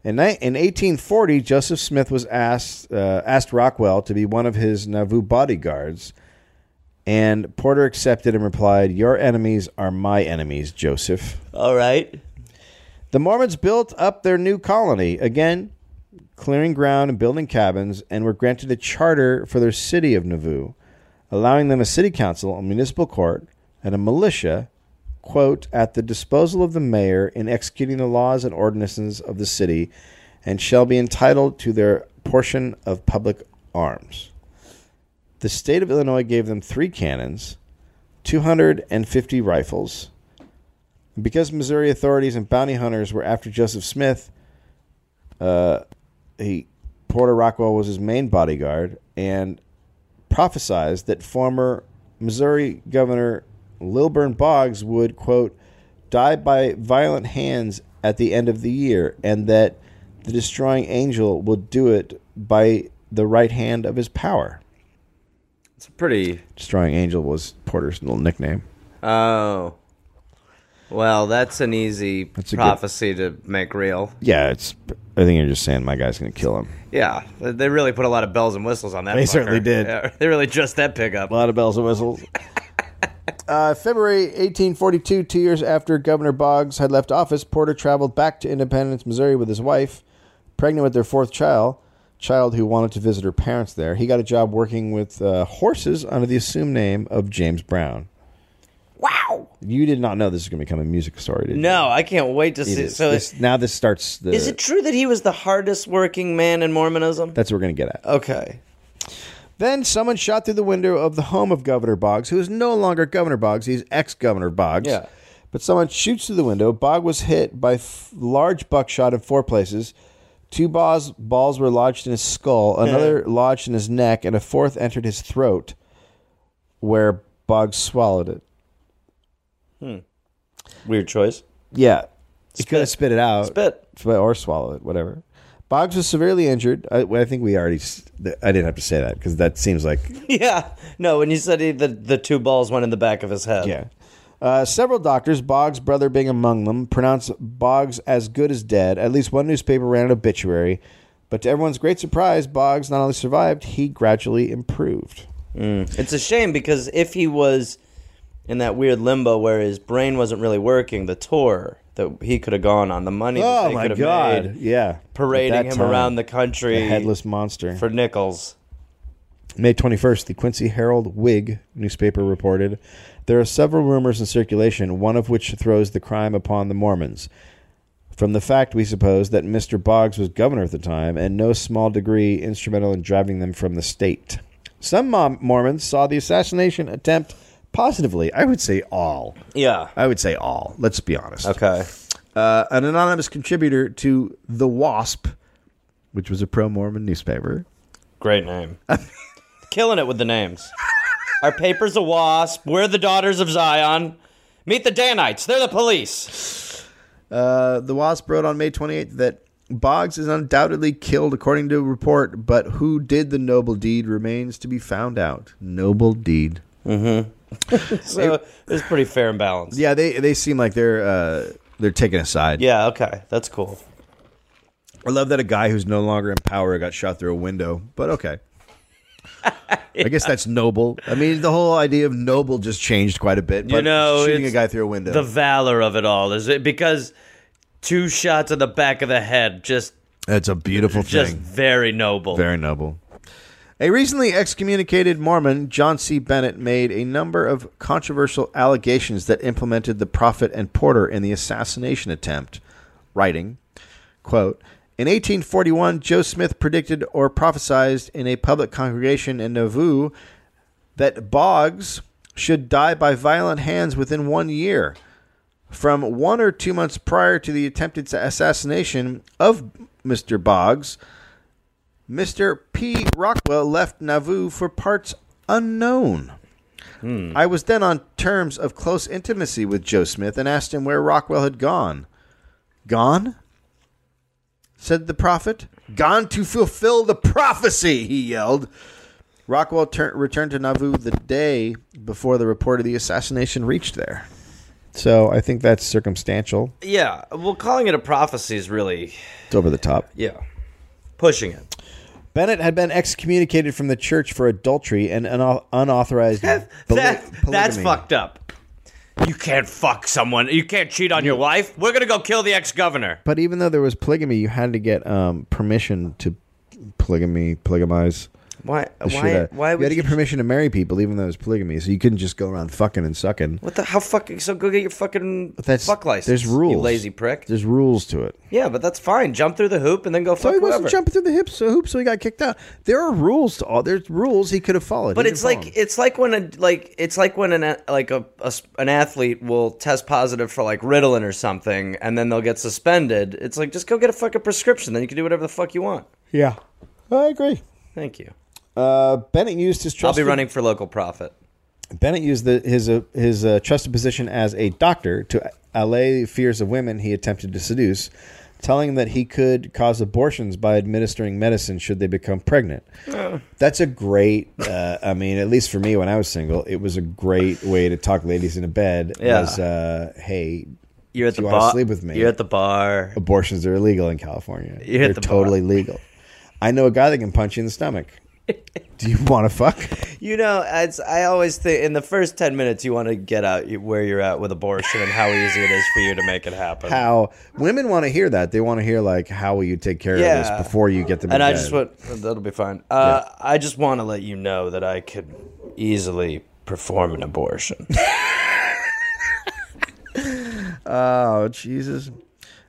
[SPEAKER 2] In, ni- in 1840, Joseph Smith was asked, uh, asked Rockwell to be one of his Nauvoo bodyguards, and Porter accepted and replied, Your enemies are my enemies, Joseph.
[SPEAKER 3] All right.
[SPEAKER 2] The Mormons built up their new colony, again, clearing ground and building cabins, and were granted a charter for their city of Nauvoo, allowing them a city council, a municipal court, and a militia, quote, at the disposal of the mayor in executing the laws and ordinances of the city, and shall be entitled to their portion of public arms. The state of Illinois gave them three cannons, 250 rifles, and because Missouri authorities and bounty hunters were after Joseph Smith, uh, he Porter Rockwell was his main bodyguard and prophesized that former Missouri Governor Lilburn Boggs would quote die by violent hands at the end of the year, and that the destroying angel will do it by the right hand of his power.
[SPEAKER 3] It's pretty.
[SPEAKER 2] Destroying angel was Porter's little nickname.
[SPEAKER 3] Oh. Well, that's an easy
[SPEAKER 2] a good-
[SPEAKER 3] prophecy to make real.
[SPEAKER 2] Yeah, it's. I think you're just saying my guy's going to kill him.
[SPEAKER 3] Yeah, they really put a lot of bells and whistles on that.
[SPEAKER 2] They
[SPEAKER 3] fucker.
[SPEAKER 2] certainly did.
[SPEAKER 3] Yeah, they really dressed that pickup.
[SPEAKER 2] A lot of bells and whistles. uh, February 1842, two years after Governor Boggs had left office, Porter traveled back to Independence, Missouri with his wife, pregnant with their fourth child, child who wanted to visit her parents there. He got a job working with uh, horses under the assumed name of James Brown. Wow. You did not know this was going to become a music story, did you?
[SPEAKER 3] No, I can't wait to
[SPEAKER 2] It
[SPEAKER 3] see.
[SPEAKER 2] is.
[SPEAKER 3] So,
[SPEAKER 2] This- now this starts the.
[SPEAKER 3] is it true that he was the hardest working man in Mormonism?
[SPEAKER 2] that's what we're going to get at.
[SPEAKER 3] okay.
[SPEAKER 2] Then someone shot through the window of the home of Governor Boggs, who is no longer Governor Boggs. He's ex Governor Boggs.
[SPEAKER 3] Yeah.
[SPEAKER 2] But someone shoots through the window. Boggs was hit by f- large buckshot in four places. Two balls, balls were lodged in his skull, another lodged in his neck, and a fourth entered his throat, where Boggs swallowed it.
[SPEAKER 3] Weird choice.
[SPEAKER 2] Yeah. He could have spit it out.
[SPEAKER 3] Spit.
[SPEAKER 2] Sw- Or swallow it, whatever. Boggs was severely injured. I, I think we already. s- I didn't have to say that because that seems like
[SPEAKER 3] Yeah. No, when you said he, the the two balls went in the back of his head.
[SPEAKER 2] Yeah. Uh, several doctors, Boggs' brother being among them, pronounced Boggs as good as dead. At least one newspaper ran an obituary. But to everyone's great surprise, Boggs not only survived, he gradually improved.
[SPEAKER 3] It's a shame because if he was in that weird limbo where his brain wasn't really working, the tour that he could have gone on, the money that they could have made,
[SPEAKER 2] Yeah. Oh At
[SPEAKER 3] parading
[SPEAKER 2] that
[SPEAKER 3] him
[SPEAKER 2] time,
[SPEAKER 3] around the
[SPEAKER 2] a
[SPEAKER 3] country
[SPEAKER 2] headless monster.
[SPEAKER 3] for nickels.
[SPEAKER 2] May 21st, the Quincy Herald Whig newspaper reported there are several rumors in circulation, one of which throws the crime upon the Mormons. From the fact, we suppose, that Mr. Boggs was governor at the time and no small degree instrumental in driving them from the state. Some Mom- Mormons saw the assassination attempt positively. I would say all.
[SPEAKER 3] Yeah.
[SPEAKER 2] I would say all. Let's be honest.
[SPEAKER 3] Okay.
[SPEAKER 2] Uh, an anonymous contributor to The Wasp, which was a pro Mormon newspaper.
[SPEAKER 3] Great name. Killing it with the names. Our paper's a wasp. We're the daughters of Zion. Meet the Danites. They're the police.
[SPEAKER 2] Uh, the Wasp wrote on May 28th that Boggs is undoubtedly killed according to report, but who did the noble deed remains to be found out. Noble deed.
[SPEAKER 3] So it was pretty fair and balanced.
[SPEAKER 2] Yeah, they they seem like they're uh, they're taking a side.
[SPEAKER 3] Yeah, okay. That's cool.
[SPEAKER 2] I love that a guy who's no longer in power got shot through a window, but okay. I guess that's noble. I mean, the whole idea of noble just changed quite a bit. But
[SPEAKER 3] know,
[SPEAKER 2] shooting a
[SPEAKER 3] it's
[SPEAKER 2] guy through a window.
[SPEAKER 3] the valor of it all is it because two shots in the back of the head just
[SPEAKER 2] that's a beautiful
[SPEAKER 3] just
[SPEAKER 2] thing.
[SPEAKER 3] very noble
[SPEAKER 2] Very noble. A recently excommunicated Mormon, John C. Bennett, made a number of controversial allegations that implemented the prophet and Porter in the assassination attempt, writing, quote, in 1841, Joe Smith predicted or prophesied in a public congregation in Nauvoo that Boggs should die by violent hands within one year. From one or two months prior to the attempted assassination of Mr. Boggs, Mr. P. Rockwell left Nauvoo for parts unknown. I was then on terms of close intimacy with Joe Smith and asked him where Rockwell had gone. Gone? said the prophet. Gone to fulfill the prophecy, he yelled. Rockwell tur returned to Nauvoo the day before the report of the assassination reached there. So I think that's circumstantial.
[SPEAKER 3] Yeah. Well, calling it a prophecy is really,
[SPEAKER 2] It's over the top.
[SPEAKER 3] yeah, pushing it.
[SPEAKER 2] Bennett had been excommunicated from the church for adultery and unau- unauthorized poly-
[SPEAKER 3] that, that's
[SPEAKER 2] polygamy.
[SPEAKER 3] fucked up. You can't fuck someone. You can't cheat on your wife. We're gonna go kill the ex governor.
[SPEAKER 2] But even though there was polygamy, you had to get um, permission to polygamy, polygamize.
[SPEAKER 3] Why?
[SPEAKER 2] the shit out- you had to get permission to marry people, even though it was polygamy. So you couldn't just go around fucking and sucking.
[SPEAKER 3] What the? How fucking? So go get your fucking
[SPEAKER 2] That's
[SPEAKER 3] fuck license.
[SPEAKER 2] There's rules.
[SPEAKER 3] You lazy prick.
[SPEAKER 2] There's rules to it.
[SPEAKER 3] yeah, but that's fine. Jump through the hoop and then go
[SPEAKER 2] So
[SPEAKER 3] fuck
[SPEAKER 2] he wasn't
[SPEAKER 3] whoever.
[SPEAKER 2] jumping through the hips, so hoops, so he got kicked out. There are rules to all. There's rules he could have followed.
[SPEAKER 3] But
[SPEAKER 2] He
[SPEAKER 3] it's
[SPEAKER 2] didn't
[SPEAKER 3] like
[SPEAKER 2] follow 'em.
[SPEAKER 3] it's like when a like it's like when an a- like a, a s- an athlete will test positive for like Ritalin or something, and then they'll get suspended. It's like just go get a fucking prescription, then you can do whatever the fuck you want.
[SPEAKER 2] yeah, I agree.
[SPEAKER 3] Thank you.
[SPEAKER 2] Uh, Bennett used his
[SPEAKER 3] I'll
[SPEAKER 2] trusted.
[SPEAKER 3] be running for local profit.
[SPEAKER 2] Bennett used the, his uh, his uh, trusted position as a doctor to allay fears of women he attempted to seduce, telling them that he could cause abortions by administering medicine should they become pregnant. That's a great. Uh, I mean, at least for me when I was single, it was a great way to talk ladies into bed.
[SPEAKER 3] Yeah.
[SPEAKER 2] Was, uh, hey,
[SPEAKER 3] You're at
[SPEAKER 2] Do
[SPEAKER 3] the
[SPEAKER 2] you wanna
[SPEAKER 3] bar.
[SPEAKER 2] sleep with me?
[SPEAKER 3] You're at the bar.
[SPEAKER 2] abortions are illegal in California.
[SPEAKER 3] You
[SPEAKER 2] They're
[SPEAKER 3] hit the bar.
[SPEAKER 2] totally legal. I know a guy that can punch you in the stomach. Do you want to fuck?
[SPEAKER 3] You know, it's, I always think in the first ten minutes you want to get out where you're at with abortion and how easy it is for you to make it happen.
[SPEAKER 2] How women want to hear that? They want to hear like, how will you take care of
[SPEAKER 3] Yeah.
[SPEAKER 2] this before you get them?
[SPEAKER 3] and
[SPEAKER 2] in
[SPEAKER 3] I
[SPEAKER 2] bed?
[SPEAKER 3] just want that'll be fine. Uh, I just want to let you know that I could easily perform an abortion.
[SPEAKER 2] Oh Jesus!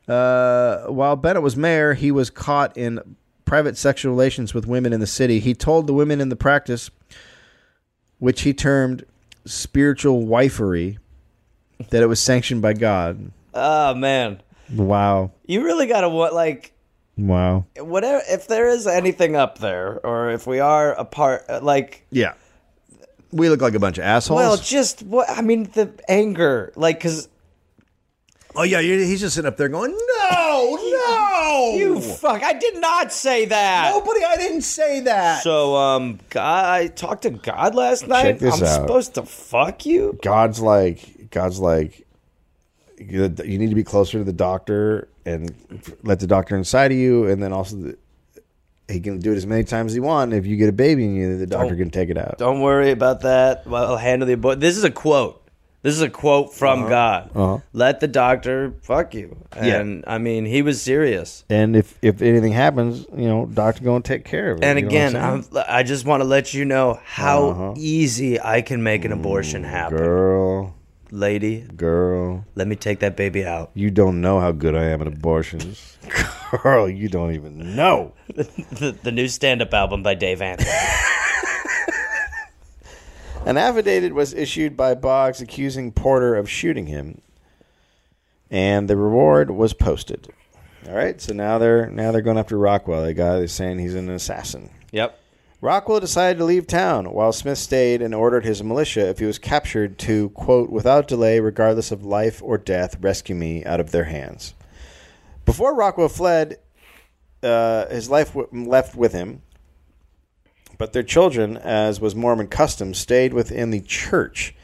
[SPEAKER 2] Uh, while Bennett was mayor, he was caught in private sexual relations with women in the city. He told the women in the practice, which he termed spiritual wifery, that it was sanctioned by God.
[SPEAKER 3] oh man,
[SPEAKER 2] Wow!
[SPEAKER 3] you really gotta what like
[SPEAKER 2] Wow!
[SPEAKER 3] whatever. If there is anything up there, or if we are apart, uh, like
[SPEAKER 2] Yeah. We look like a bunch of assholes.
[SPEAKER 3] well, just what I mean, the anger, like because
[SPEAKER 2] oh yeah, you're, he's just sitting up there going, "No, no,
[SPEAKER 3] you fuck, I did not say that.
[SPEAKER 2] nobody, I didn't say that."
[SPEAKER 3] So um, God, I talked to God last night.
[SPEAKER 2] this
[SPEAKER 3] I'm
[SPEAKER 2] out.
[SPEAKER 3] supposed to fuck you.
[SPEAKER 2] God's like, God's like, you you need to be closer to the doctor and let the doctor inside of you, and then also the, he can do it as many times as he wants. If you get a baby in you, the doctor can take it out.
[SPEAKER 3] Don't worry about that. Well, I'll handle the abortion. This is a quote. This is a quote from God.
[SPEAKER 2] Uh-huh.
[SPEAKER 3] Let the doctor fuck you.
[SPEAKER 2] Yeah.
[SPEAKER 3] And I mean, he was serious.
[SPEAKER 2] And if if anything happens, you know, doctor going to take care of it.
[SPEAKER 3] And
[SPEAKER 2] you know what
[SPEAKER 3] again,
[SPEAKER 2] I'm
[SPEAKER 3] I'm,
[SPEAKER 2] saying? Uh-huh.
[SPEAKER 3] I just want to let you know how easy I can make an abortion happen.
[SPEAKER 2] girl,
[SPEAKER 3] Lady,
[SPEAKER 2] girl,
[SPEAKER 3] let me take that baby out.
[SPEAKER 2] you don't know how good I am at abortions, girl. You don't even know.
[SPEAKER 3] the, the new stand up album by Dave Anthony.
[SPEAKER 2] An affidavit was issued by Boggs accusing Porter of shooting him, and the reward was posted. All right, so now they're now they're going after Rockwell. The guy is saying he's an assassin.
[SPEAKER 3] yep.
[SPEAKER 2] Rockwell decided to leave town while Smith stayed and ordered his militia, if he was captured, to quote without delay, regardless of life or death, rescue me out of their hands. Before Rockwell fled, uh, his life w- left with him, but their children, as was Mormon custom, stayed within the church.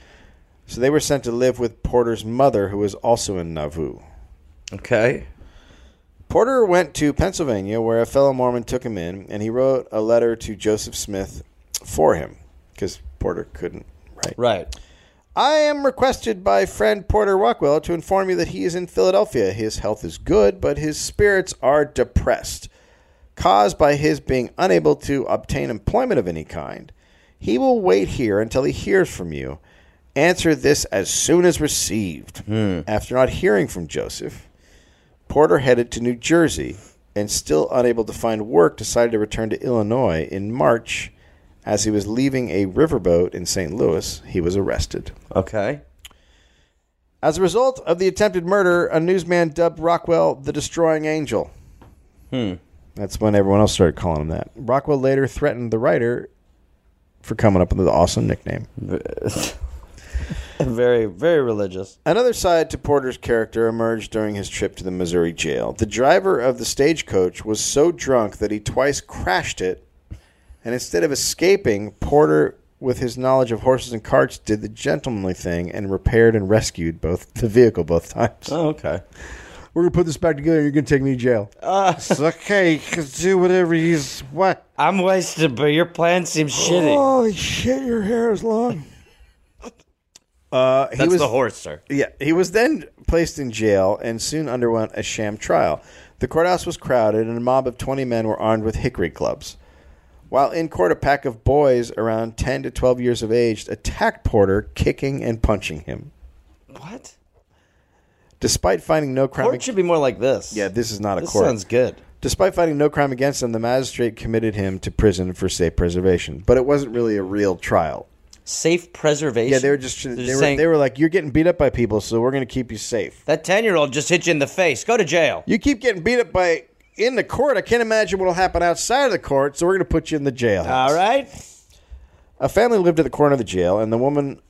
[SPEAKER 2] So they were sent to live with Porter's mother, who was also in Nauvoo.
[SPEAKER 3] Okay.
[SPEAKER 2] Porter went to Pennsylvania, where a fellow Mormon took him in, and he wrote a letter to Joseph Smith for him because Porter couldn't write.
[SPEAKER 3] Right.
[SPEAKER 2] I am requested by friend Porter Rockwell to inform you that he is in Philadelphia. His health is good, but his spirits are depressed, caused by his being unable to obtain employment of any kind. He will wait here until he hears from you. Answer this as soon as received. After not hearing from Joseph, Porter headed to New Jersey and, still unable to find work, decided to return to Illinois in March. As he was leaving a riverboat in St. Louis, he was arrested.
[SPEAKER 3] Okay.
[SPEAKER 2] As a result of the attempted murder, a newsman dubbed Rockwell the Destroying Angel. Hmm. That's when everyone else started calling him that. Rockwell later threatened the writer for coming up with an awesome nickname.
[SPEAKER 3] very, very religious.
[SPEAKER 2] Another side to Porter's character emerged during his trip to the Missouri jail. The driver of the stagecoach was so drunk that he twice crashed it and instead of escaping, Porter, with his knowledge of horses and carts, did the gentlemanly thing and repaired and rescued both the vehicle both times.
[SPEAKER 3] Oh, okay.
[SPEAKER 2] We're gonna put this back together. You're gonna take me to jail.
[SPEAKER 1] It's okay, you can do whatever you what.
[SPEAKER 3] I'm wasted, but your plan seems
[SPEAKER 2] Oh.
[SPEAKER 3] shitty.
[SPEAKER 2] Holy shit! Your hair is long. Uh, he
[SPEAKER 3] That's
[SPEAKER 2] was
[SPEAKER 3] the horse, sir.
[SPEAKER 2] Yeah, he was then placed in jail and soon underwent a sham trial. The courthouse was crowded, and a mob of 20 men were armed with hickory clubs. While in court, a pack of boys around 10 to 12 years of age attacked Porter, kicking and punching him.
[SPEAKER 3] What?
[SPEAKER 2] Despite finding no crime,
[SPEAKER 3] Court should be more like this.
[SPEAKER 2] yeah, this is not a
[SPEAKER 3] This
[SPEAKER 2] court.
[SPEAKER 3] sounds good.
[SPEAKER 2] Despite finding no crime against him, the magistrate committed him to prison for safe preservation. But it wasn't really a real trial.
[SPEAKER 3] Safe preservation.
[SPEAKER 2] Yeah, they were just
[SPEAKER 3] They're
[SPEAKER 2] they
[SPEAKER 3] just
[SPEAKER 2] were,
[SPEAKER 3] saying,
[SPEAKER 2] they were like, "You're getting beat up by people, so we're going to keep you safe."
[SPEAKER 3] that ten year old just hit you in the face. Go to jail.
[SPEAKER 2] You keep getting beat up by in the court. I can't imagine what'll happen outside of the court, so we're going to put you in the jail.
[SPEAKER 3] All right.
[SPEAKER 2] A family lived at the corner of the jail, and the woman,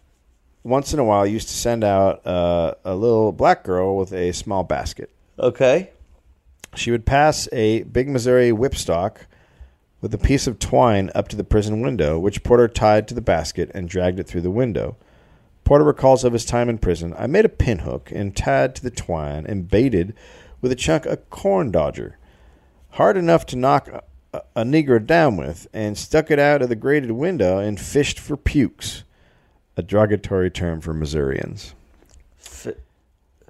[SPEAKER 2] once in a while, used to send out uh, a little black girl with a small basket.
[SPEAKER 3] Okay.
[SPEAKER 2] She would pass a big Missouri whipstock with a piece of twine up to the prison window, which Porter tied to the basket and dragged it through the window. Porter recalls of his time in prison. I made a pinhook and tied to the twine and baited with a chunk of corn dodger, hard enough to knock a, a, a negro down with, and stuck it out of the grated window and fished for pukes, a derogatory term for Missourians.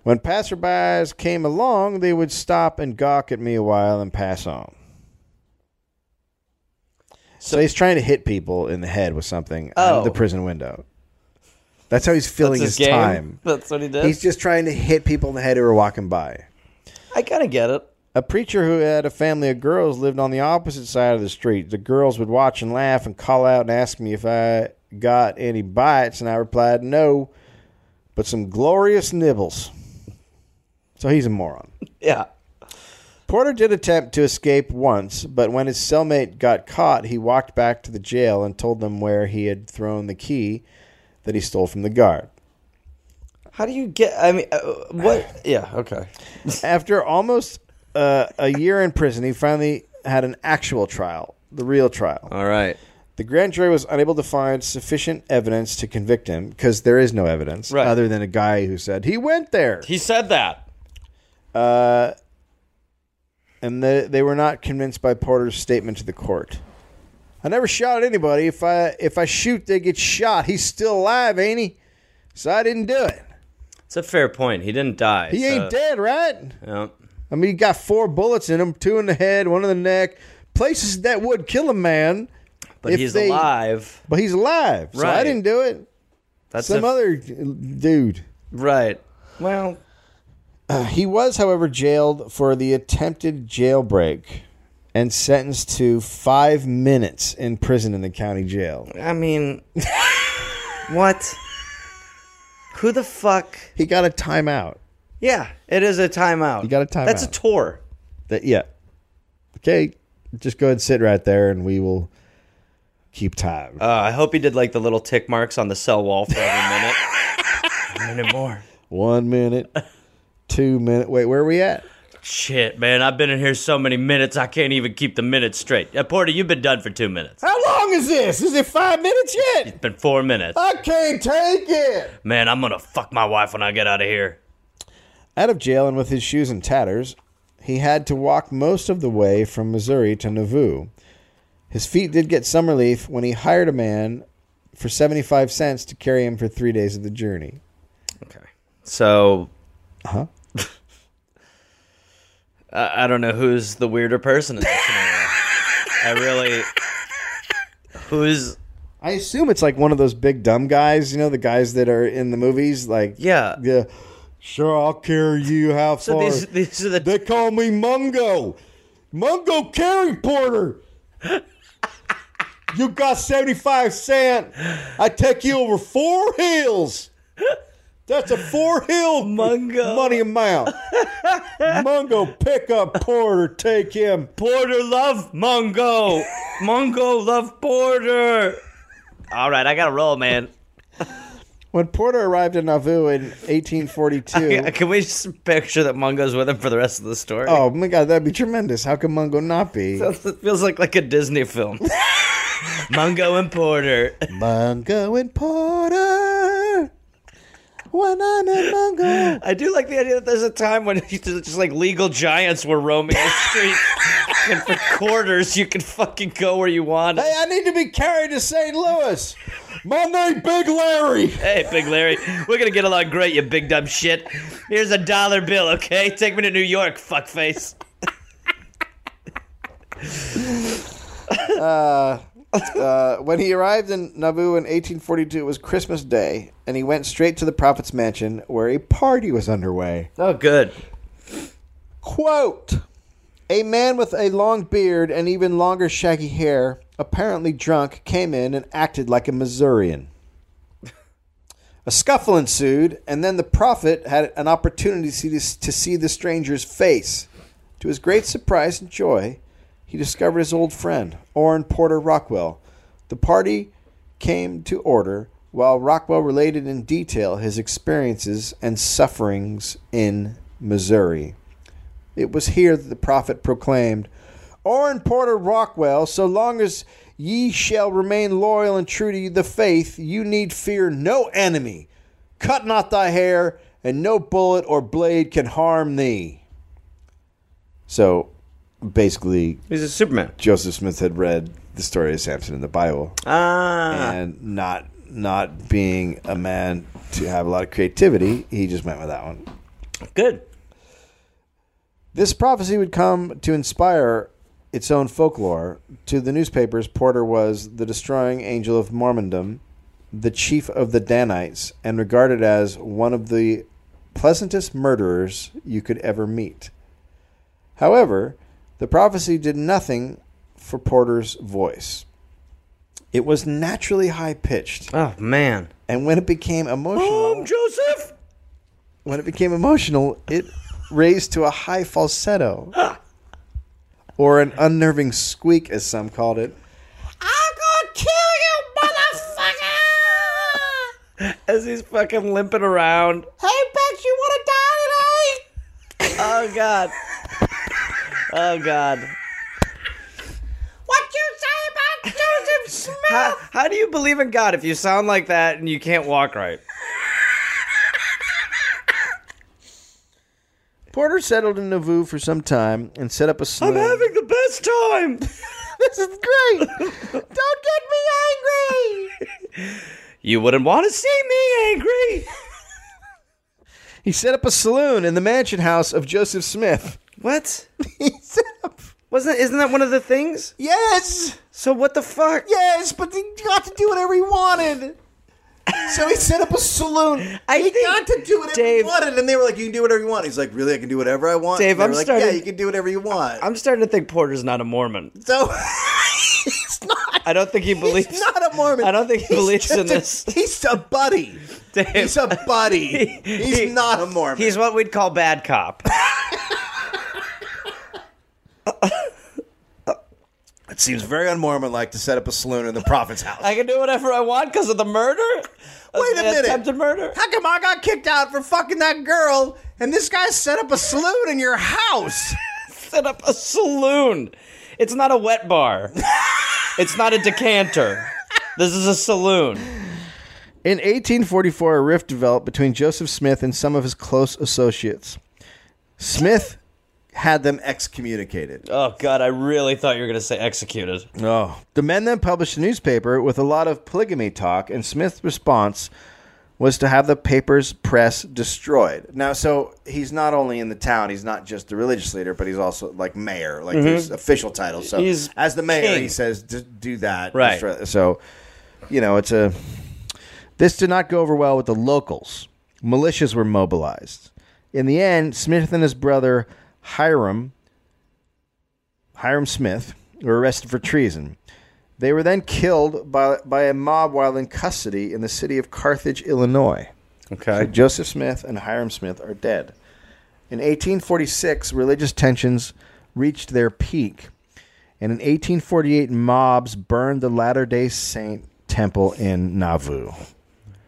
[SPEAKER 2] When passerbys came along, they would stop and gawk at me a while and pass on. So, he's trying to hit people in the head with something out of
[SPEAKER 3] Oh.
[SPEAKER 2] the prison window. That's how he's filling his,
[SPEAKER 3] game.
[SPEAKER 2] time.
[SPEAKER 3] That's what he did.
[SPEAKER 2] He's just trying to hit people in the head who are walking by.
[SPEAKER 3] I kind of get it.
[SPEAKER 2] A preacher who had a family of girls lived on the opposite side of the street. The girls would watch and laugh and call out and ask me if I got any bites, and I replied no, but some glorious nibbles. So he's a moron.
[SPEAKER 3] Yeah.
[SPEAKER 2] Porter did attempt to escape once, but when his cellmate got caught, he walked back to the jail and told them where he had thrown the key that he stole from the guard.
[SPEAKER 3] How do you get? I mean, uh, what? Yeah. Okay.
[SPEAKER 2] After almost uh, a year in prison, he finally had an actual trial, the real trial.
[SPEAKER 3] All right.
[SPEAKER 2] The grand jury was unable to find sufficient evidence to convict him because there is no evidence
[SPEAKER 3] Right.
[SPEAKER 2] other than a guy who said he went there.
[SPEAKER 3] He said that.
[SPEAKER 2] and the, they were not convinced by Porter's statement to the court. I never shot at anybody. If I if I shoot, they get shot. He's still alive, ain't he? So I didn't do it.
[SPEAKER 3] It's a fair point. He didn't die.
[SPEAKER 2] He ain't
[SPEAKER 3] so-
[SPEAKER 2] dead, right?
[SPEAKER 3] Yeah.
[SPEAKER 2] I mean, he got four bullets in him, two in the head, one in the neck, places that would kill a man.
[SPEAKER 3] But
[SPEAKER 2] If
[SPEAKER 3] he's
[SPEAKER 2] they-
[SPEAKER 3] alive.
[SPEAKER 2] But he's alive, so I
[SPEAKER 3] Right.
[SPEAKER 2] didn't do it.
[SPEAKER 3] That's
[SPEAKER 2] Some
[SPEAKER 3] a-
[SPEAKER 2] other dude.
[SPEAKER 3] Right. Well,
[SPEAKER 2] Uh, He was, however, jailed for the attempted jailbreak and sentenced to five minutes in prison in the county jail.
[SPEAKER 3] I mean, what? Who the fuck?
[SPEAKER 2] He got a timeout.
[SPEAKER 3] Yeah, it is a timeout.
[SPEAKER 2] You got a timeout.
[SPEAKER 3] That's a tour.
[SPEAKER 2] That yeah. Okay, just go ahead and sit right there, and we will keep time.
[SPEAKER 3] Uh, I hope he did like the little tick marks on the cell wall for every minute. a minute more.
[SPEAKER 2] One minute, two minute. Wait, where are we at?
[SPEAKER 3] Shit, man, I've been in here so many minutes, I can't even keep the minutes straight. Uh, Porter, you've been done for two minutes.
[SPEAKER 2] How long is this? Is it five minutes yet?
[SPEAKER 3] It's been four minutes.
[SPEAKER 2] I can't take it.
[SPEAKER 3] Man, I'm gonna fuck my wife when I get out of here.
[SPEAKER 2] Out of jail and with his shoes in tatters, he had to walk most of the way from Missouri to Nauvoo. His feet did get some relief when he hired a man for 75 cents to carry him for three days of the journey.
[SPEAKER 3] Okay. So. Uh-huh.
[SPEAKER 2] Huh?
[SPEAKER 3] I, I don't know who's the weirder person in this scenario. I really. Who's.
[SPEAKER 2] I assume it's like one of those big dumb guys, you know, the guys that are in the movies, like
[SPEAKER 3] Yeah.
[SPEAKER 2] yeah, sure, I'll carry you how
[SPEAKER 3] So
[SPEAKER 2] far.
[SPEAKER 3] these, these are the.
[SPEAKER 2] they call me Mungo, Mungo Carry Porter. you got seventy five cent. I take you over four hills. That's a four hill
[SPEAKER 3] Mungo.
[SPEAKER 2] money amount. Mungo, pick up Porter, take him.
[SPEAKER 3] Porter love Mongo. Mongo love Porter. All right, I gotta roll, man.
[SPEAKER 2] When Porter arrived in Nauvoo in 1842,
[SPEAKER 3] Yeah, Can we just picture that Mongo's with him for the rest of the story?
[SPEAKER 2] Oh my god, that'd be tremendous. How can Mungo not be?
[SPEAKER 3] It feels like like a Disney film. Mungo and Porter.
[SPEAKER 2] Mungo and Porter. When I'm in Mungo.
[SPEAKER 3] I do like the idea that there's a time when just like legal giants were roaming the streets, and for quarters you can fucking go where you want.
[SPEAKER 2] Hey, I need to be carried to St. Louis. My name, Big Larry.
[SPEAKER 3] Hey, Big Larry, we're gonna get along great, you big dumb shit. Here's a dollar bill, okay? Take me to New York, fuckface.
[SPEAKER 2] Uh, when he arrived in Nauvoo in 1842, it was Christmas Day, and he went straight to the prophet's mansion where a party was underway.
[SPEAKER 3] Oh, good.
[SPEAKER 2] Quote A man with a long beard and even longer shaggy hair, apparently drunk, came in and acted like a Missourian. A scuffle ensued, and then the prophet had an opportunity to see, this, to see the stranger's face. To his great surprise and joy, he discovered his old friend, Orrin Porter Rockwell. The party came to order while Rockwell related in detail his experiences and sufferings in Missouri. It was here that the prophet proclaimed, Orrin Porter Rockwell, so long as ye shall remain loyal and true to the faith, you need fear no enemy. Cut not thy hair, and no bullet or blade can harm thee. So basically,
[SPEAKER 3] He's a Superman.
[SPEAKER 2] Joseph Smith had read the story of Samson in the Bible
[SPEAKER 3] Ah.
[SPEAKER 2] and not not being a man to have a lot of creativity, he just went with that one.
[SPEAKER 3] Good.
[SPEAKER 2] This prophecy would come to inspire its own folklore. To the newspapers, Porter was the destroying angel of Mormondom, the chief of the Danites, and regarded as one of the pleasantest murderers you could ever meet. However, the prophecy did nothing for Porter's voice. It was naturally high pitched,
[SPEAKER 3] Oh, man.
[SPEAKER 2] and when it became emotional,
[SPEAKER 3] Joseph!
[SPEAKER 2] when it became emotional, it raised to a high falsetto. Or an unnerving squeak, as some called it.
[SPEAKER 3] As he's fucking limping around. Hey, Bex, you want to die today? oh, God. Oh, God.
[SPEAKER 6] What you say about Joseph Smith?
[SPEAKER 3] How, how do you believe in God if you sound like that and you can't walk right?
[SPEAKER 2] Porter settled in Nauvoo for some time and set up a saloon.
[SPEAKER 3] the best time.
[SPEAKER 2] this is great. Don't get me angry.
[SPEAKER 3] You wouldn't want to see me angry.
[SPEAKER 2] He set up a saloon in the mansion house of Joseph Smith.
[SPEAKER 3] What?
[SPEAKER 2] He set up.
[SPEAKER 3] Wasn't isn't that one of the things?
[SPEAKER 2] Yes,
[SPEAKER 3] So what the fuck?
[SPEAKER 2] yes, but he got to do whatever he wanted. So he set up a saloon.
[SPEAKER 3] I
[SPEAKER 2] he
[SPEAKER 3] think-
[SPEAKER 2] got to do whatever
[SPEAKER 3] Dave-
[SPEAKER 2] he wanted, and they were like, "You can do whatever you want." He's like, "Really? I can do whatever I want."
[SPEAKER 3] Dave,
[SPEAKER 2] And they
[SPEAKER 3] I'm
[SPEAKER 2] were like,
[SPEAKER 3] starting-
[SPEAKER 2] Yeah, you can do whatever you want.
[SPEAKER 3] I'm starting to think Porter's not a Mormon.
[SPEAKER 2] so he's not.
[SPEAKER 3] I don't think he believes.
[SPEAKER 2] He's not a Mormon.
[SPEAKER 3] I don't think he
[SPEAKER 2] He's
[SPEAKER 3] believes
[SPEAKER 2] just
[SPEAKER 3] in
[SPEAKER 2] a-
[SPEAKER 3] this.
[SPEAKER 2] he's a buddy.
[SPEAKER 3] Dave.
[SPEAKER 2] He's a buddy.
[SPEAKER 3] He-
[SPEAKER 2] He's
[SPEAKER 3] he-
[SPEAKER 2] not a Mormon.
[SPEAKER 3] He's what we'd call bad cop.
[SPEAKER 2] it seems very un-Mormon like to set up a saloon in the prophet's house.
[SPEAKER 3] I can do whatever I want because of the murder.
[SPEAKER 2] Wait a
[SPEAKER 3] The
[SPEAKER 2] minute.
[SPEAKER 3] Attempted murder.
[SPEAKER 2] How come I got kicked out for fucking that girl and this guy set up a saloon in your house?
[SPEAKER 3] Set up a saloon. It's not a wet bar. it's not a decanter. This is a saloon.
[SPEAKER 2] In 1844, a rift developed between Joseph Smith and some of his close associates. Smith had them excommunicated.
[SPEAKER 3] Oh God, I really thought you were gonna say executed.
[SPEAKER 2] Oh. The men then published a newspaper with a lot of polygamy talk, and Smith's response was to have the paper's press destroyed. Now, so he's not only in the town, he's not just the religious leader, but he's also like mayor, like his official title. So
[SPEAKER 3] Mm-hmm. He's
[SPEAKER 2] as the mayor,
[SPEAKER 3] king.
[SPEAKER 2] he says, D- do that.
[SPEAKER 3] Right.
[SPEAKER 2] Destroy- So, you know, it's a. This did not go over well with the locals. Militias were mobilized. In the end, Smith and his brother Hiram, Hiram Smith, were arrested for treason. They were then killed by, by a mob while in custody in the city of Carthage, Illinois.
[SPEAKER 3] Okay.
[SPEAKER 2] Joseph Smith and Hiram Smith are dead. In 1846, religious tensions reached their peak, and in 1848, mobs burned the Latter day Saint temple in Nauvoo.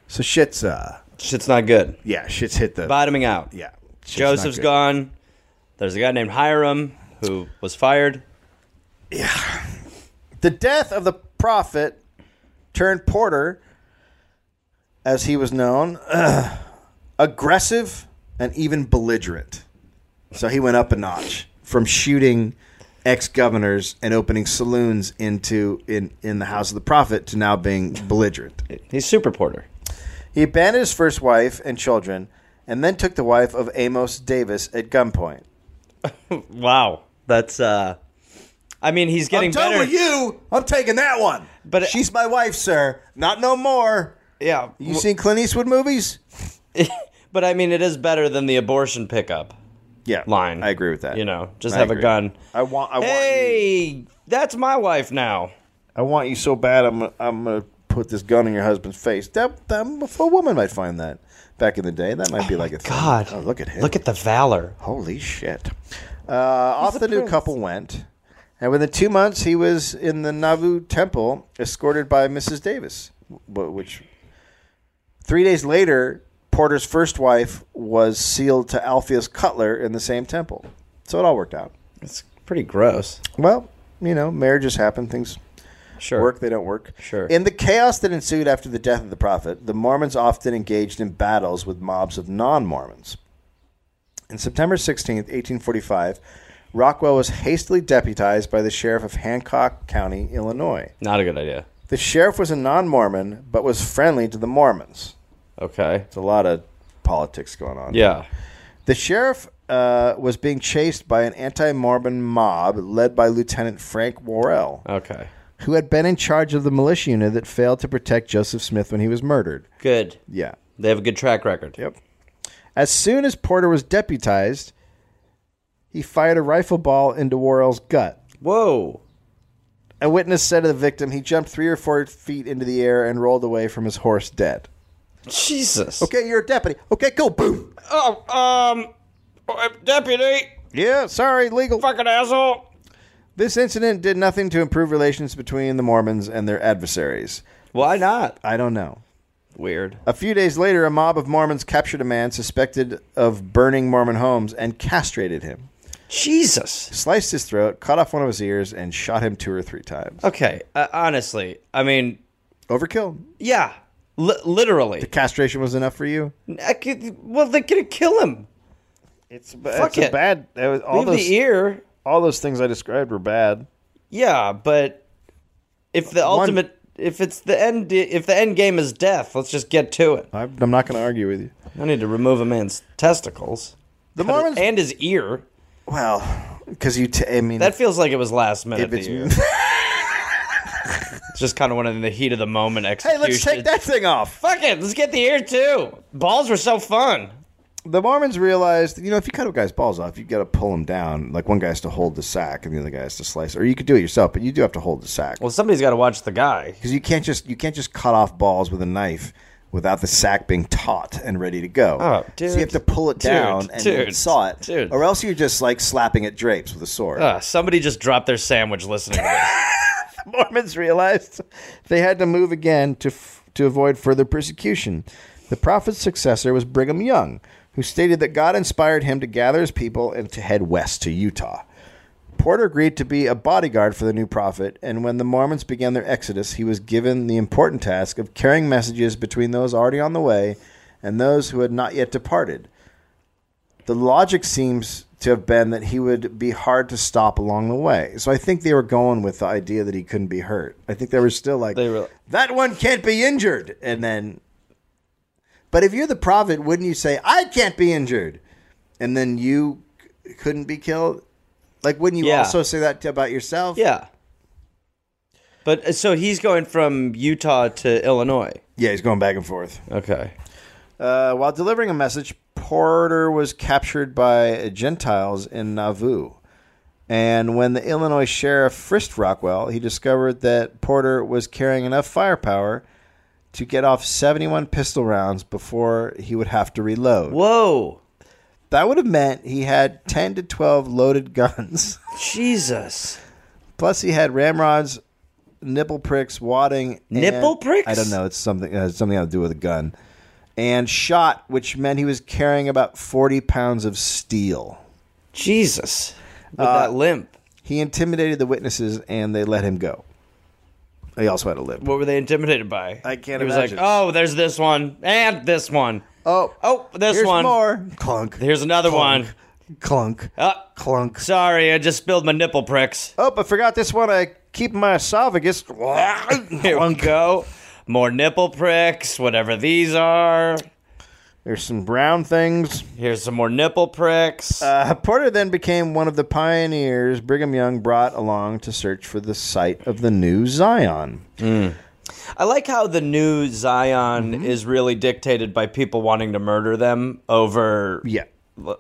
[SPEAKER 2] So shit's, uh,
[SPEAKER 3] Shit's not good.
[SPEAKER 2] yeah, shit's hit the.
[SPEAKER 3] Bottoming out.
[SPEAKER 2] Yeah. shit's not
[SPEAKER 3] Joseph's
[SPEAKER 2] good.
[SPEAKER 3] gone. There's a guy named Hiram who was fired.
[SPEAKER 2] The death of the prophet turned porter, as he was known, ugh, aggressive and even belligerent. So he went up a notch from shooting ex governors and opening saloons into in, in the house of the prophet to now being belligerent.
[SPEAKER 3] He's Super Porter.
[SPEAKER 2] He abandoned his first wife and children and then took the wife of Amos Davis at gunpoint.
[SPEAKER 3] Wow. That's uh I mean he's getting better.
[SPEAKER 2] you. I'm taking that one.
[SPEAKER 3] But-
[SPEAKER 2] she's my wife, sir. Not no more.
[SPEAKER 3] Yeah.
[SPEAKER 2] You seen Clint Eastwood movies?
[SPEAKER 3] but I mean it is better than the abortion pickup
[SPEAKER 2] Yeah,
[SPEAKER 3] line.
[SPEAKER 2] I agree with that.
[SPEAKER 3] You know, just
[SPEAKER 2] I
[SPEAKER 3] have
[SPEAKER 2] agree.
[SPEAKER 3] a gun.
[SPEAKER 2] I want. I want. You,
[SPEAKER 3] Hey, that's my wife now.
[SPEAKER 2] I want you so bad. I'm. gonna- I'm gonna put this gun in your husband's face. That. That. A woman might find that. Back in the day, that might be like a thing.
[SPEAKER 3] God.
[SPEAKER 2] Oh, look at him.
[SPEAKER 3] Look at the valor.
[SPEAKER 2] Holy shit. Uh, off the, new couple went, and within two months, he was in the Nauvoo temple, escorted by Mrs. Davis. wh- Which, three days later, Porter's first wife was sealed to Alpheus Cutler in the same temple. So it all worked out.
[SPEAKER 3] It's pretty gross.
[SPEAKER 2] Well, you know, marriages happen. Things
[SPEAKER 3] Sure.
[SPEAKER 2] work, they don't work.
[SPEAKER 3] Sure.
[SPEAKER 2] In the chaos that ensued after the death of the prophet, the Mormons often engaged in battles with mobs of non Mormons. In September 16th, 1845, Rockwell was hastily deputized by the sheriff of Hancock County, Illinois.
[SPEAKER 3] Not a good idea.
[SPEAKER 2] The sheriff was a non Mormon, but was friendly to the Mormons.
[SPEAKER 3] Okay.
[SPEAKER 2] There's a lot of politics going on.
[SPEAKER 3] Yeah.
[SPEAKER 2] The sheriff uh, was being chased by an anti Mormon mob led by Lieutenant Frank Worrell
[SPEAKER 3] Okay.
[SPEAKER 2] who had been in charge of the militia unit that failed to protect Joseph Smith when he was murdered.
[SPEAKER 3] Good.
[SPEAKER 2] Yeah.
[SPEAKER 3] They have a good track record.
[SPEAKER 2] Yep. As soon as Porter was deputized, he fired a rifle ball into Worrell's gut.
[SPEAKER 3] Whoa.
[SPEAKER 2] A witness said of the victim, he jumped three or four feet into the air and rolled away from his horse dead.
[SPEAKER 3] Jesus.
[SPEAKER 2] Okay, you're a deputy. Okay, go. Boom.
[SPEAKER 3] Oh, um, deputy,
[SPEAKER 2] Yeah, sorry, legal.
[SPEAKER 3] fucking asshole.
[SPEAKER 2] This incident did nothing to improve relations between the Mormons and their adversaries.
[SPEAKER 3] Why not?
[SPEAKER 2] I don't know.
[SPEAKER 3] Weird.
[SPEAKER 2] A few days later, a mob of Mormons captured a man suspected of burning Mormon homes and castrated him,
[SPEAKER 3] Jesus.
[SPEAKER 2] sliced his throat, cut off one of his ears, and shot him two or three times.
[SPEAKER 3] Okay. Uh, honestly, I mean,
[SPEAKER 2] Overkill.
[SPEAKER 3] yeah, li- literally.
[SPEAKER 2] Castration was enough for you.
[SPEAKER 3] I could- well, they're gonna kill him.
[SPEAKER 2] It's
[SPEAKER 3] Fuck it's a it.
[SPEAKER 2] bad. all
[SPEAKER 3] Leave the ear.
[SPEAKER 2] all those things I described were bad.
[SPEAKER 3] Yeah, but if the
[SPEAKER 2] One-
[SPEAKER 3] ultimate, if it's the end, if the end game is death, let's just get to it.
[SPEAKER 2] I'm, I'm not going to argue with you.
[SPEAKER 3] I need to remove a man's testicles
[SPEAKER 2] The Mormons.
[SPEAKER 3] and his ear.
[SPEAKER 2] well, because you. T- I mean,
[SPEAKER 3] That feels like it was last minute.
[SPEAKER 2] if
[SPEAKER 3] The
[SPEAKER 2] it's.
[SPEAKER 3] ear. It's just kind of one of the heat of the moment
[SPEAKER 2] hey,
[SPEAKER 3] execution.
[SPEAKER 2] let's take that thing off.
[SPEAKER 3] Fuck it, let's get the ear too. Balls were so fun.
[SPEAKER 2] The Mormons realized, you know, if you cut a guy's balls off, you've got to pull him down. Like one guy has to hold the sack, and the other guy has to slice. Or you could do it yourself, but you do have to hold the sack.
[SPEAKER 3] Well, somebody's got to watch the guy.
[SPEAKER 2] because you can't just you can't just cut off balls with a knife without the sack being taut and ready to go.
[SPEAKER 3] Oh, dude.
[SPEAKER 2] So you have to pull it
[SPEAKER 3] Dude,
[SPEAKER 2] down and
[SPEAKER 3] dude,
[SPEAKER 2] saw it,
[SPEAKER 3] dude.
[SPEAKER 2] or else you're just like slapping at drapes with a sword.
[SPEAKER 3] Uh, somebody just dropped their sandwich listening to this.
[SPEAKER 2] Mormons realized they had to move again to f- to avoid further persecution. The prophet's successor was Brigham Young, who stated that God inspired him to gather his people and to head west to Utah. Porter agreed to be a bodyguard for the new prophet, and when the Mormons began their exodus, he was given the important task of carrying messages between those already on the way and those who had not yet departed. The logic seems to have been that he would be hard to stop along the way. So I think they were going with the idea that he couldn't be hurt. I think they were still like,
[SPEAKER 3] They were-
[SPEAKER 2] that one can't be injured. And then, but if you're the prophet, wouldn't you say, I can't be injured? And then you c- couldn't be killed? Like, wouldn't you
[SPEAKER 3] Yeah.
[SPEAKER 2] also say that t- about yourself?
[SPEAKER 3] yeah. But uh, so he's going from Utah to Illinois.
[SPEAKER 2] Yeah, he's going back and forth.
[SPEAKER 3] Okay.
[SPEAKER 2] Uh, while delivering a message, Porter was captured by Gentiles in Nauvoo. And when the Illinois sheriff frisked Rockwell, he discovered that Porter was carrying enough firepower to get off 71 pistol rounds before he would have to reload.
[SPEAKER 3] Whoa.
[SPEAKER 2] That would have meant he had 10 to 12 loaded guns.
[SPEAKER 3] Jesus.
[SPEAKER 2] Plus, he had ramrods, nipple pricks, wadding, and-
[SPEAKER 3] Nipple pricks?
[SPEAKER 2] I don't know. It's something it has something to do with a gun, and shot, which meant he was carrying about forty pounds of steel.
[SPEAKER 3] Jesus. Uh, With that limp.
[SPEAKER 2] He intimidated the witnesses, and they let him go. They also had a lip.
[SPEAKER 3] What were they intimidated by?
[SPEAKER 2] I can't
[SPEAKER 3] It was
[SPEAKER 2] imagine.
[SPEAKER 3] like, oh, there's this one and this one.
[SPEAKER 2] Oh,
[SPEAKER 3] Oh, this
[SPEAKER 2] here's
[SPEAKER 3] one.
[SPEAKER 2] more. Clunk.
[SPEAKER 3] Here's another
[SPEAKER 2] Clunk.
[SPEAKER 3] one.
[SPEAKER 2] Clunk.
[SPEAKER 3] Uh,
[SPEAKER 2] Clunk.
[SPEAKER 3] sorry, I just spilled my nipple pricks.
[SPEAKER 2] Oh, I forgot this one. I keep in my esophagus.
[SPEAKER 3] Here we
[SPEAKER 2] Clunk.
[SPEAKER 3] go. More nipple pricks, whatever these are.
[SPEAKER 2] There's some brown things.
[SPEAKER 3] Here's some more nipple pricks.
[SPEAKER 2] Uh, Porter then became one of the pioneers Brigham Young brought along to search for the site of the new Zion.
[SPEAKER 3] I like how the new Zion
[SPEAKER 2] Mm-hmm.
[SPEAKER 3] is really dictated by people wanting to murder them over.
[SPEAKER 2] Yeah.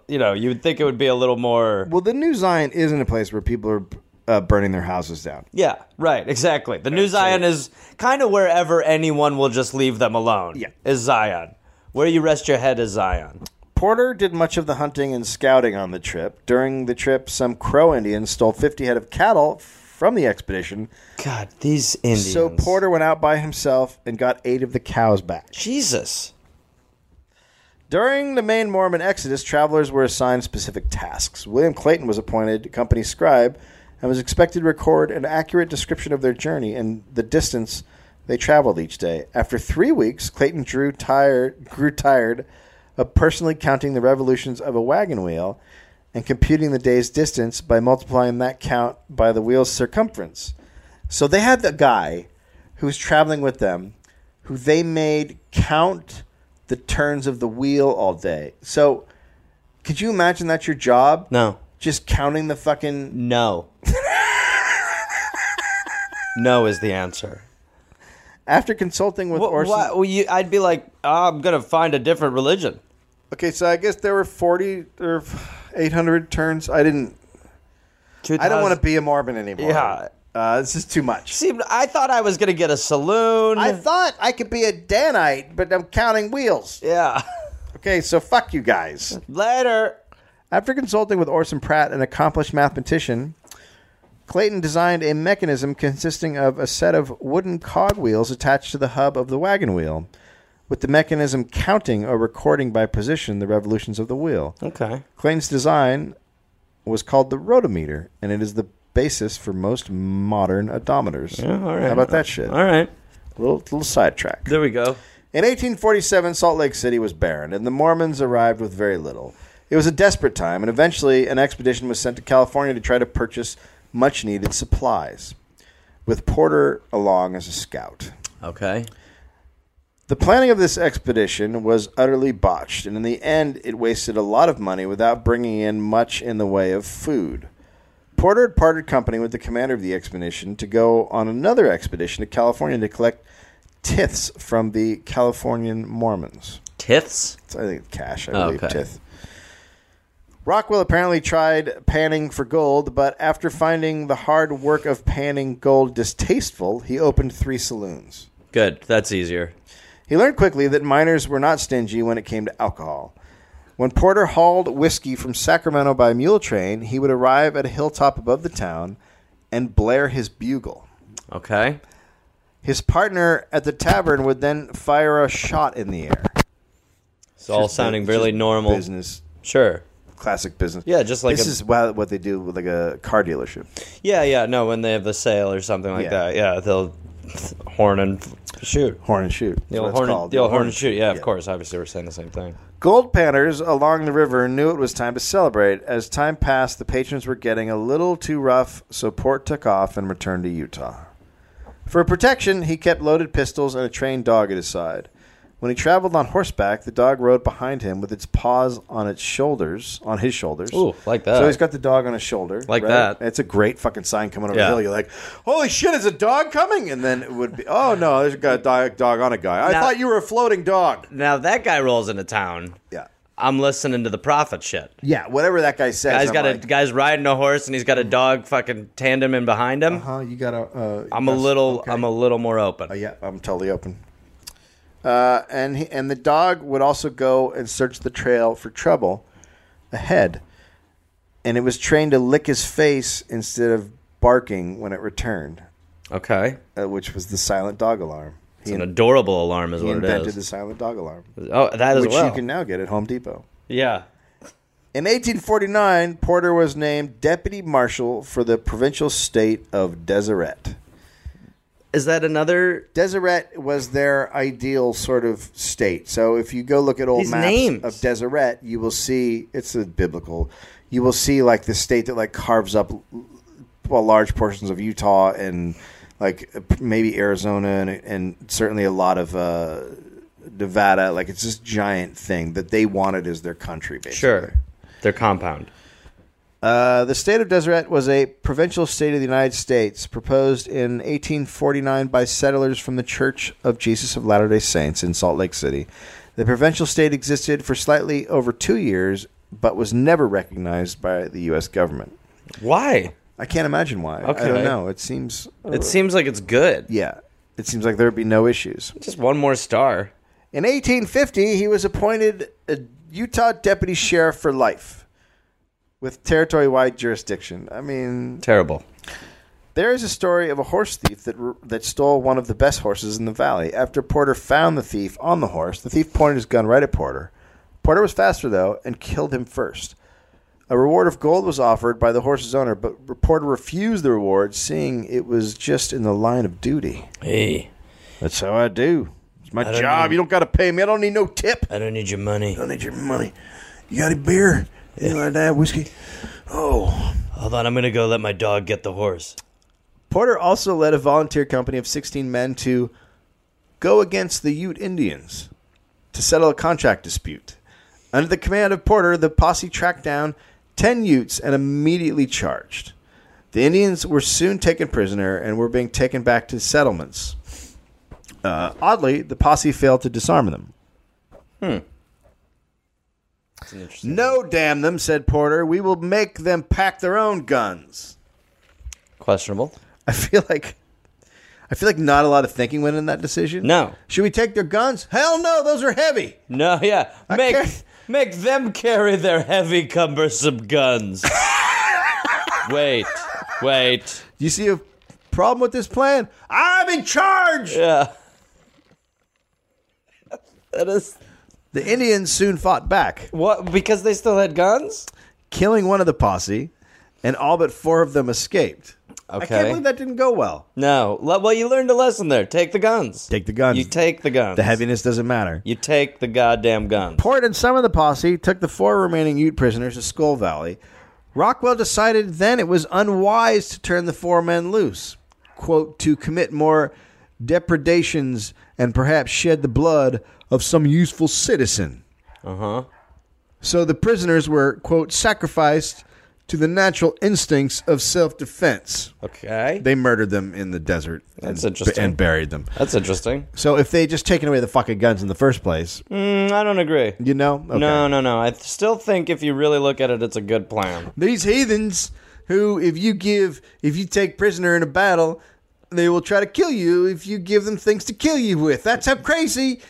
[SPEAKER 3] You know, you would think it would be a little more.
[SPEAKER 2] Well, the new Zion isn't a place where people are uh, burning their houses down.
[SPEAKER 3] Yeah, right, exactly. The new Zion is kind of wherever anyone will just leave them alone.
[SPEAKER 2] Yeah.
[SPEAKER 3] Is Zion. Where you rest your head is Zion.
[SPEAKER 2] Porter did much of the hunting and scouting on the trip. During the trip, some Crow Indians stole 50 head of cattle from the expedition,
[SPEAKER 3] God, these Indians.
[SPEAKER 2] so Porter went out by himself and got eight of the cows back.
[SPEAKER 3] Jesus.
[SPEAKER 2] During the main Mormon exodus, travelers were assigned specific tasks. William Clayton was appointed company scribe and was expected to record an accurate description of their journey and the distance they traveled each day. After three weeks, Clayton drew tired, grew tired of personally counting the revolutions of a wagon wheel and computing the day's distance by multiplying that count by the wheel's circumference. So they had the guy who was traveling with them who they made count the turns of the wheel all day. So could you imagine that's your job?
[SPEAKER 3] No.
[SPEAKER 2] Just counting the fucking
[SPEAKER 3] No. no is the answer.
[SPEAKER 2] after consulting with
[SPEAKER 3] Well,
[SPEAKER 2] Orson.
[SPEAKER 3] why- well, you, I'd be like, "Oh, I'm gonna find a different religion.
[SPEAKER 2] Okay, so I guess there were 40 or 800 turns. I didn't I don't want to be a Mormon anymore.
[SPEAKER 3] Yeah.
[SPEAKER 2] Uh, this is too much.
[SPEAKER 3] Seemed, I thought I was gonna get a saloon.
[SPEAKER 2] I thought I could be a Danite, but I'm counting wheels.
[SPEAKER 3] yeah.
[SPEAKER 2] Okay, so fuck you guys.
[SPEAKER 3] Later.
[SPEAKER 2] After consulting with Orson Pratt, an accomplished mathematician, Clayton designed a mechanism consisting of a set of wooden cogwheels attached to the hub of the wagon wheel, with the mechanism counting or recording by position the revolutions of the wheel.
[SPEAKER 3] Okay.
[SPEAKER 2] Clayton's design was called the rotometer, and it is the basis for most modern odometers.
[SPEAKER 3] all right.
[SPEAKER 2] How about that shit?
[SPEAKER 3] All right.
[SPEAKER 2] Little, little sidetrack.
[SPEAKER 3] There we go.
[SPEAKER 2] In 1847, Salt Lake City was barren, and the Mormons arrived with very little. It was a desperate time, and eventually an expedition was sent to California to try to purchase much needed supplies, with Porter along as a scout.
[SPEAKER 3] Okay.
[SPEAKER 2] The planning of this expedition was utterly botched, and in the end, it wasted a lot of money without bringing in much in the way of food. Porter had parted company with the commander of the expedition to go on another expedition to California to collect tithes from the Californian Mormons.
[SPEAKER 3] Tiths.
[SPEAKER 2] I think cash, I believe.
[SPEAKER 3] Okay.
[SPEAKER 2] Tith. Rockwell apparently tried panning for gold, but after finding the hard work of panning gold distasteful, he opened three saloons.
[SPEAKER 3] Good. That's easier.
[SPEAKER 2] He learned quickly that miners were not stingy when it came to alcohol. When Porter hauled whiskey from Sacramento by mule train, he would arrive at a hilltop above the town and blare his bugle.
[SPEAKER 3] Okay.
[SPEAKER 2] His partner at the tavern would then fire a shot in the air.
[SPEAKER 3] It's all sounding really
[SPEAKER 2] Just
[SPEAKER 3] normal.
[SPEAKER 2] Business,
[SPEAKER 3] Sure.
[SPEAKER 2] classic business.
[SPEAKER 3] Yeah, just like
[SPEAKER 2] this
[SPEAKER 3] a-
[SPEAKER 2] is wha- what they do with like a car dealership.
[SPEAKER 3] Yeah, yeah. No, when they have a sale or something like
[SPEAKER 2] Yeah.
[SPEAKER 3] that, yeah, they'll horn and shoot.
[SPEAKER 2] Horn and shoot.
[SPEAKER 3] The
[SPEAKER 2] That's what
[SPEAKER 3] old
[SPEAKER 2] it's
[SPEAKER 3] horn,
[SPEAKER 2] called.
[SPEAKER 3] the old horn and shoot. Yeah, of course. Obviously, we're saying the same thing.
[SPEAKER 2] Gold panners along the river knew it was time to celebrate. As time passed, the patrons were getting a little too rough, so Port took off and returned to Utah. For protection, he kept loaded pistols and a trained dog at his side. When he traveled on horseback, the dog rode behind him with its paws on its shoulders, on his shoulders.
[SPEAKER 3] Ooh, like that.
[SPEAKER 2] So he's got the dog on his shoulder,
[SPEAKER 3] Like that.
[SPEAKER 2] It's a great fucking sign coming over
[SPEAKER 3] Yeah.
[SPEAKER 2] the hill. You're like, "Holy shit, is a dog coming?" And then it would be, "Oh no, there's got a dog, dog on a guy. I
[SPEAKER 3] Now-
[SPEAKER 2] thought you were a floating dog."
[SPEAKER 3] Now that guy rolls into town.
[SPEAKER 2] Yeah.
[SPEAKER 3] I'm listening to the prophet shit.
[SPEAKER 2] Yeah, whatever that Mm-hmm. guy says.
[SPEAKER 3] Guy's
[SPEAKER 2] I'm
[SPEAKER 3] got a
[SPEAKER 2] like,
[SPEAKER 3] guy's riding a horse and he's got a dog fucking tandem in behind him.
[SPEAKER 2] Huh? You got a. Uh,
[SPEAKER 3] I'm a
[SPEAKER 2] Uh-huh. yes,
[SPEAKER 3] little
[SPEAKER 2] okay.
[SPEAKER 3] I'm a little more open.
[SPEAKER 2] Uh, yeah, I'm totally open. Uh, and he, and the dog would also go and search the trail for trouble ahead, and it was trained to lick his face instead of barking when it returned,
[SPEAKER 3] Okay.
[SPEAKER 2] uh, which was the silent dog alarm. He,
[SPEAKER 3] It's an
[SPEAKER 2] in-
[SPEAKER 3] adorable alarm is
[SPEAKER 2] he
[SPEAKER 3] what it
[SPEAKER 2] invented the
[SPEAKER 3] is.
[SPEAKER 2] silent dog alarm,
[SPEAKER 3] Oh, that as
[SPEAKER 2] which
[SPEAKER 3] well.
[SPEAKER 2] you can now get at Home Depot.
[SPEAKER 3] yeah.
[SPEAKER 2] In 1849, Porter was named deputy marshal for the provincial state of Deseret.
[SPEAKER 3] Is that another?
[SPEAKER 2] Deseret was their ideal sort of state. So if you go look at old
[SPEAKER 3] These
[SPEAKER 2] maps
[SPEAKER 3] names.
[SPEAKER 2] of Deseret, you will see it's a biblical. You will see like the state that like carves up well large portions of Utah and like maybe Arizona and, and certainly a lot of uh, Nevada. Like it's this giant thing that they wanted as their country. Basically.
[SPEAKER 3] Sure. Their compound.
[SPEAKER 2] Uh, the state of Deseret was a provincial state of the United States proposed in 1849 by settlers from the Church of Jesus of Latter day Saints in Salt Lake City. The provincial state existed for slightly over two years, but was never recognized by the U.S. government.
[SPEAKER 3] Why?
[SPEAKER 2] I can't imagine why. I
[SPEAKER 3] Okay. Uh,
[SPEAKER 2] don't know. It seems,
[SPEAKER 3] It seems like it's good.
[SPEAKER 2] yeah, it seems like there would be no issues.
[SPEAKER 3] Just one more star.
[SPEAKER 2] In 1850, he was appointed a Utah deputy sheriff for life with territory wide jurisdiction. I mean,
[SPEAKER 3] Terrible.
[SPEAKER 2] There is a story of a horse thief that that stole one of the best horses in the valley. After Porter found the thief on the horse, the thief pointed his gun right at Porter. Porter was faster though and killed him first. A reward of gold was offered by the horse's owner, but Porter refused the reward, seeing it was just in the line of duty.
[SPEAKER 3] Hey,
[SPEAKER 2] That's how I do. It's my job. You don't got to pay me. I don't need no tip.
[SPEAKER 3] I don't need your money.
[SPEAKER 2] I need your money. You got any beer? Anything like that? Whiskey? Oh.
[SPEAKER 3] Hold on, I'm gonna go let my dog get the horse.
[SPEAKER 2] Porter also led a volunteer company of 16 men to go against the Ute Indians to settle a contract dispute. Under the command of Porter, the posse tracked down 10 Utes and immediately charged. The Indians were soon taken prisoner and were being taken back to settlements. Uh, oddly, the posse failed to disarm them. Hmm. No, damn them, said Porter. We will make them pack their own guns.
[SPEAKER 3] Questionable.
[SPEAKER 2] I feel like I feel like not a lot of thinking went in that decision.
[SPEAKER 3] No.
[SPEAKER 2] Should we take their guns? Hell no, those are heavy.
[SPEAKER 3] No, yeah. Make
[SPEAKER 2] can't-
[SPEAKER 3] make them carry their heavy, cumbersome guns. wait, wait.
[SPEAKER 2] You see a problem with this plan? I'm in charge.
[SPEAKER 3] Yeah. That is
[SPEAKER 2] The Indians soon fought back,
[SPEAKER 3] what because they still had guns.
[SPEAKER 2] killing one of the posse, and all but four of them escaped. I can't
[SPEAKER 3] Okay.
[SPEAKER 2] believe that didn't go well.
[SPEAKER 3] No, Le- well, you learned a lesson there. Take the guns.
[SPEAKER 2] Take the guns.
[SPEAKER 3] You take the guns.
[SPEAKER 2] the heaviness doesn't matter.
[SPEAKER 3] You take the goddamn guns.
[SPEAKER 2] Port and some of the posse took the four remaining Ute prisoners to Skull Valley. Rockwell decided then it was unwise to turn the four men loose, quote, to commit more depredations and perhaps shed the blood of some useful citizen.
[SPEAKER 3] Uh huh.
[SPEAKER 2] So the prisoners were, quote, sacrificed to the natural instincts of self defense.
[SPEAKER 3] Okay.
[SPEAKER 2] They murdered them in the desert
[SPEAKER 3] That's
[SPEAKER 2] and,
[SPEAKER 3] interesting.
[SPEAKER 2] and buried them.
[SPEAKER 3] That's interesting.
[SPEAKER 2] So if they had just taken away the fucking guns in the first place,
[SPEAKER 3] Mm, I don't agree.
[SPEAKER 2] you know? Okay.
[SPEAKER 3] No, no, no. I th- still think if you really look at it, it's a good plan.
[SPEAKER 2] these heathens who if you give if you take prisoner in a battle they will try to kill you if you give them things to kill you with that's how crazy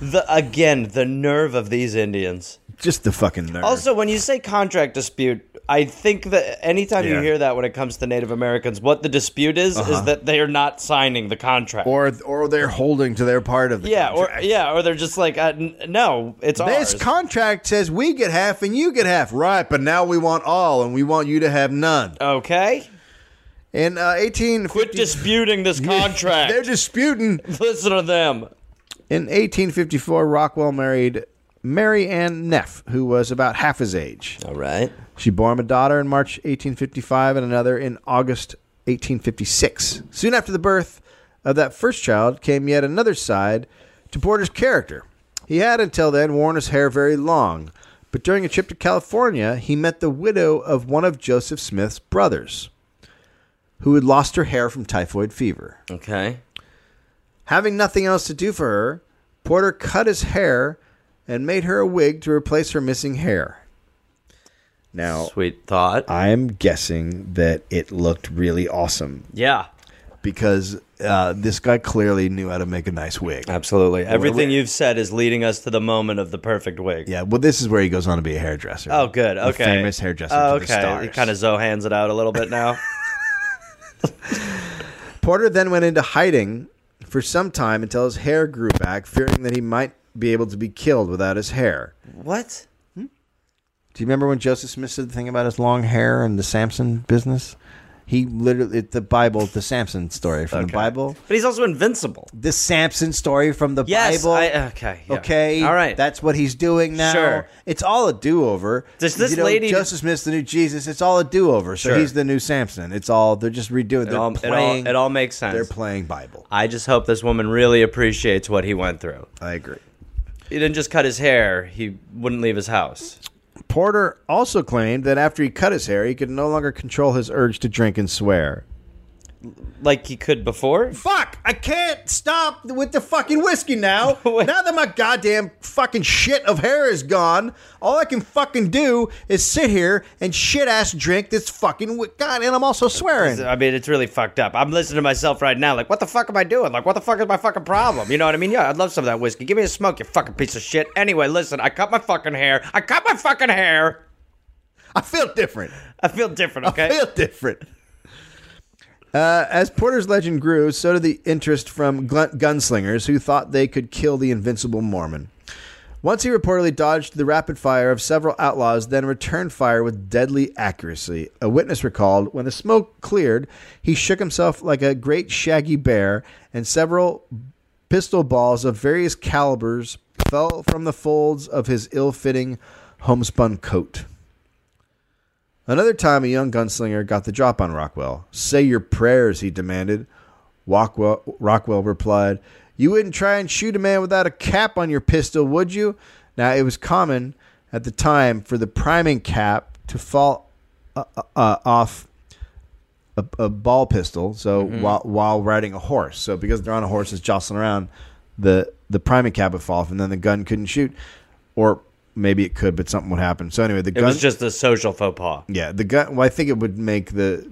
[SPEAKER 3] The again, the nerve of these Indians.
[SPEAKER 2] just the fucking nerve
[SPEAKER 3] Also, when you say contract dispute, I think that anytime you
[SPEAKER 2] Yeah. Uh-huh.
[SPEAKER 3] hear that when it comes to Native Americans, what the dispute is is that they are not signing the contract.
[SPEAKER 2] or or they're holding to their part of the
[SPEAKER 3] yeah, or
[SPEAKER 2] contract.
[SPEAKER 3] yeah, or they're just like, uh, n- no, it's
[SPEAKER 2] this
[SPEAKER 3] ours.
[SPEAKER 2] contract says we get half and you get half right but now we want all and we want you to have none
[SPEAKER 3] okay,
[SPEAKER 2] in uh, 18
[SPEAKER 3] quit disputing this contract.
[SPEAKER 2] they're disputing
[SPEAKER 3] Listen to them.
[SPEAKER 2] In 1854, Rockwell married Mary Ann Neff, who was about half his age.
[SPEAKER 3] All right.
[SPEAKER 2] She bore him a daughter in March 1855 and another in August 1856. Soon after the birth of that first child came yet another side to Porter's character. He had until then worn his hair very long, but during a trip to California, he met the widow of one of Joseph Smith's brothers, who had lost her hair from typhoid fever.
[SPEAKER 3] Okay.
[SPEAKER 2] Having nothing else to do for her, Porter cut his hair and made her a wig to replace her missing hair. Now,
[SPEAKER 3] Sweet thought.
[SPEAKER 2] I'm guessing that it looked really awesome
[SPEAKER 3] yeah.
[SPEAKER 2] because uh, this guy clearly knew how to make a nice wig.
[SPEAKER 3] Absolutely. Everything you've said is leading us to the moment of the perfect wig.
[SPEAKER 2] Yeah, well, this is where he goes on to be a hairdresser.
[SPEAKER 3] Oh, good.
[SPEAKER 2] A
[SPEAKER 3] Okay.
[SPEAKER 2] famous hairdresser
[SPEAKER 3] Oh,
[SPEAKER 2] to the
[SPEAKER 3] okay.
[SPEAKER 2] stars.
[SPEAKER 3] It kind of Zohans it out a little bit now.
[SPEAKER 2] Porter then went into hiding for some time until his hair grew back, fearing that he might be able to be killed without his hair.
[SPEAKER 3] what?
[SPEAKER 2] Do you remember when Joseph Smith said the thing about his long hair and the Samson business?
[SPEAKER 1] He literally it's the Bible, the Samson story from the Bible.
[SPEAKER 3] But he's also invincible.
[SPEAKER 1] The Samson story from the
[SPEAKER 3] Yes.
[SPEAKER 1] Bible.
[SPEAKER 3] I, okay. yeah.
[SPEAKER 1] Okay.
[SPEAKER 3] All right.
[SPEAKER 1] That's what he's doing now.
[SPEAKER 3] Sure.
[SPEAKER 1] It's all a do over.
[SPEAKER 3] Does this
[SPEAKER 1] you know,
[SPEAKER 3] lady-
[SPEAKER 1] Joseph Smith's the new Jesus? It's all a do over. So
[SPEAKER 3] Sure.
[SPEAKER 1] he's the new Samson. It's all they're just redoing.
[SPEAKER 3] it
[SPEAKER 1] they're
[SPEAKER 3] all, it, all,
[SPEAKER 1] playing.
[SPEAKER 3] it all makes sense.
[SPEAKER 1] they're playing Bible.
[SPEAKER 3] I just hope this woman really appreciates what he went through.
[SPEAKER 1] I agree.
[SPEAKER 3] He didn't just cut his hair; he wouldn't leave his house.
[SPEAKER 2] Porter also claimed that after he cut his hair, he could no longer control his urge to drink and swear.
[SPEAKER 3] Like he could before.
[SPEAKER 2] Fuck! I can't stop with the fucking whiskey now.
[SPEAKER 3] Wait.
[SPEAKER 2] now that my goddamn fucking shit of hair is gone, all I can fucking do is sit here and shit ass drink this fucking wi- god. And I'm also swearing.
[SPEAKER 3] I mean, it's really fucked up. I'm listening to myself right now. Like, what the fuck am I doing? Like, what the fuck is my fucking problem? You know what I mean? Yeah, I'd love some of that whiskey. Give me a smoke, you fucking piece of shit. Anyway, listen, I cut my fucking hair. I cut my fucking hair.
[SPEAKER 2] I feel different.
[SPEAKER 3] I feel different. Okay.
[SPEAKER 2] I feel different. Uh, as Porter's legend grew, so did the interest from gl- gunslingers who thought they could kill the invincible Mormon. Once he reportedly dodged the rapid fire of several outlaws, then returned fire with deadly accuracy. A witness recalled when the smoke cleared, he shook himself like a great shaggy bear, and several pistol balls of various calibers fell from the folds of his ill fitting homespun coat. Another time, a young gunslinger got the drop on Rockwell. Say your prayers, he demanded. Rockwell, Rockwell replied, You wouldn't try and shoot a man without a cap on your pistol, would you? Now, it was common at the time for the priming cap to fall uh, uh, uh, off a, a ball pistol. So
[SPEAKER 3] Mm-hmm.
[SPEAKER 2] while, while riding a horse, so because they're on a horse, it's jostling around. The the priming cap would fall off, and then the gun couldn't shoot, or maybe it could, but something would happen. So anyway, the
[SPEAKER 3] It
[SPEAKER 2] gun
[SPEAKER 3] was just a social faux pas.
[SPEAKER 2] yeah, the gun. Well, I think it would make the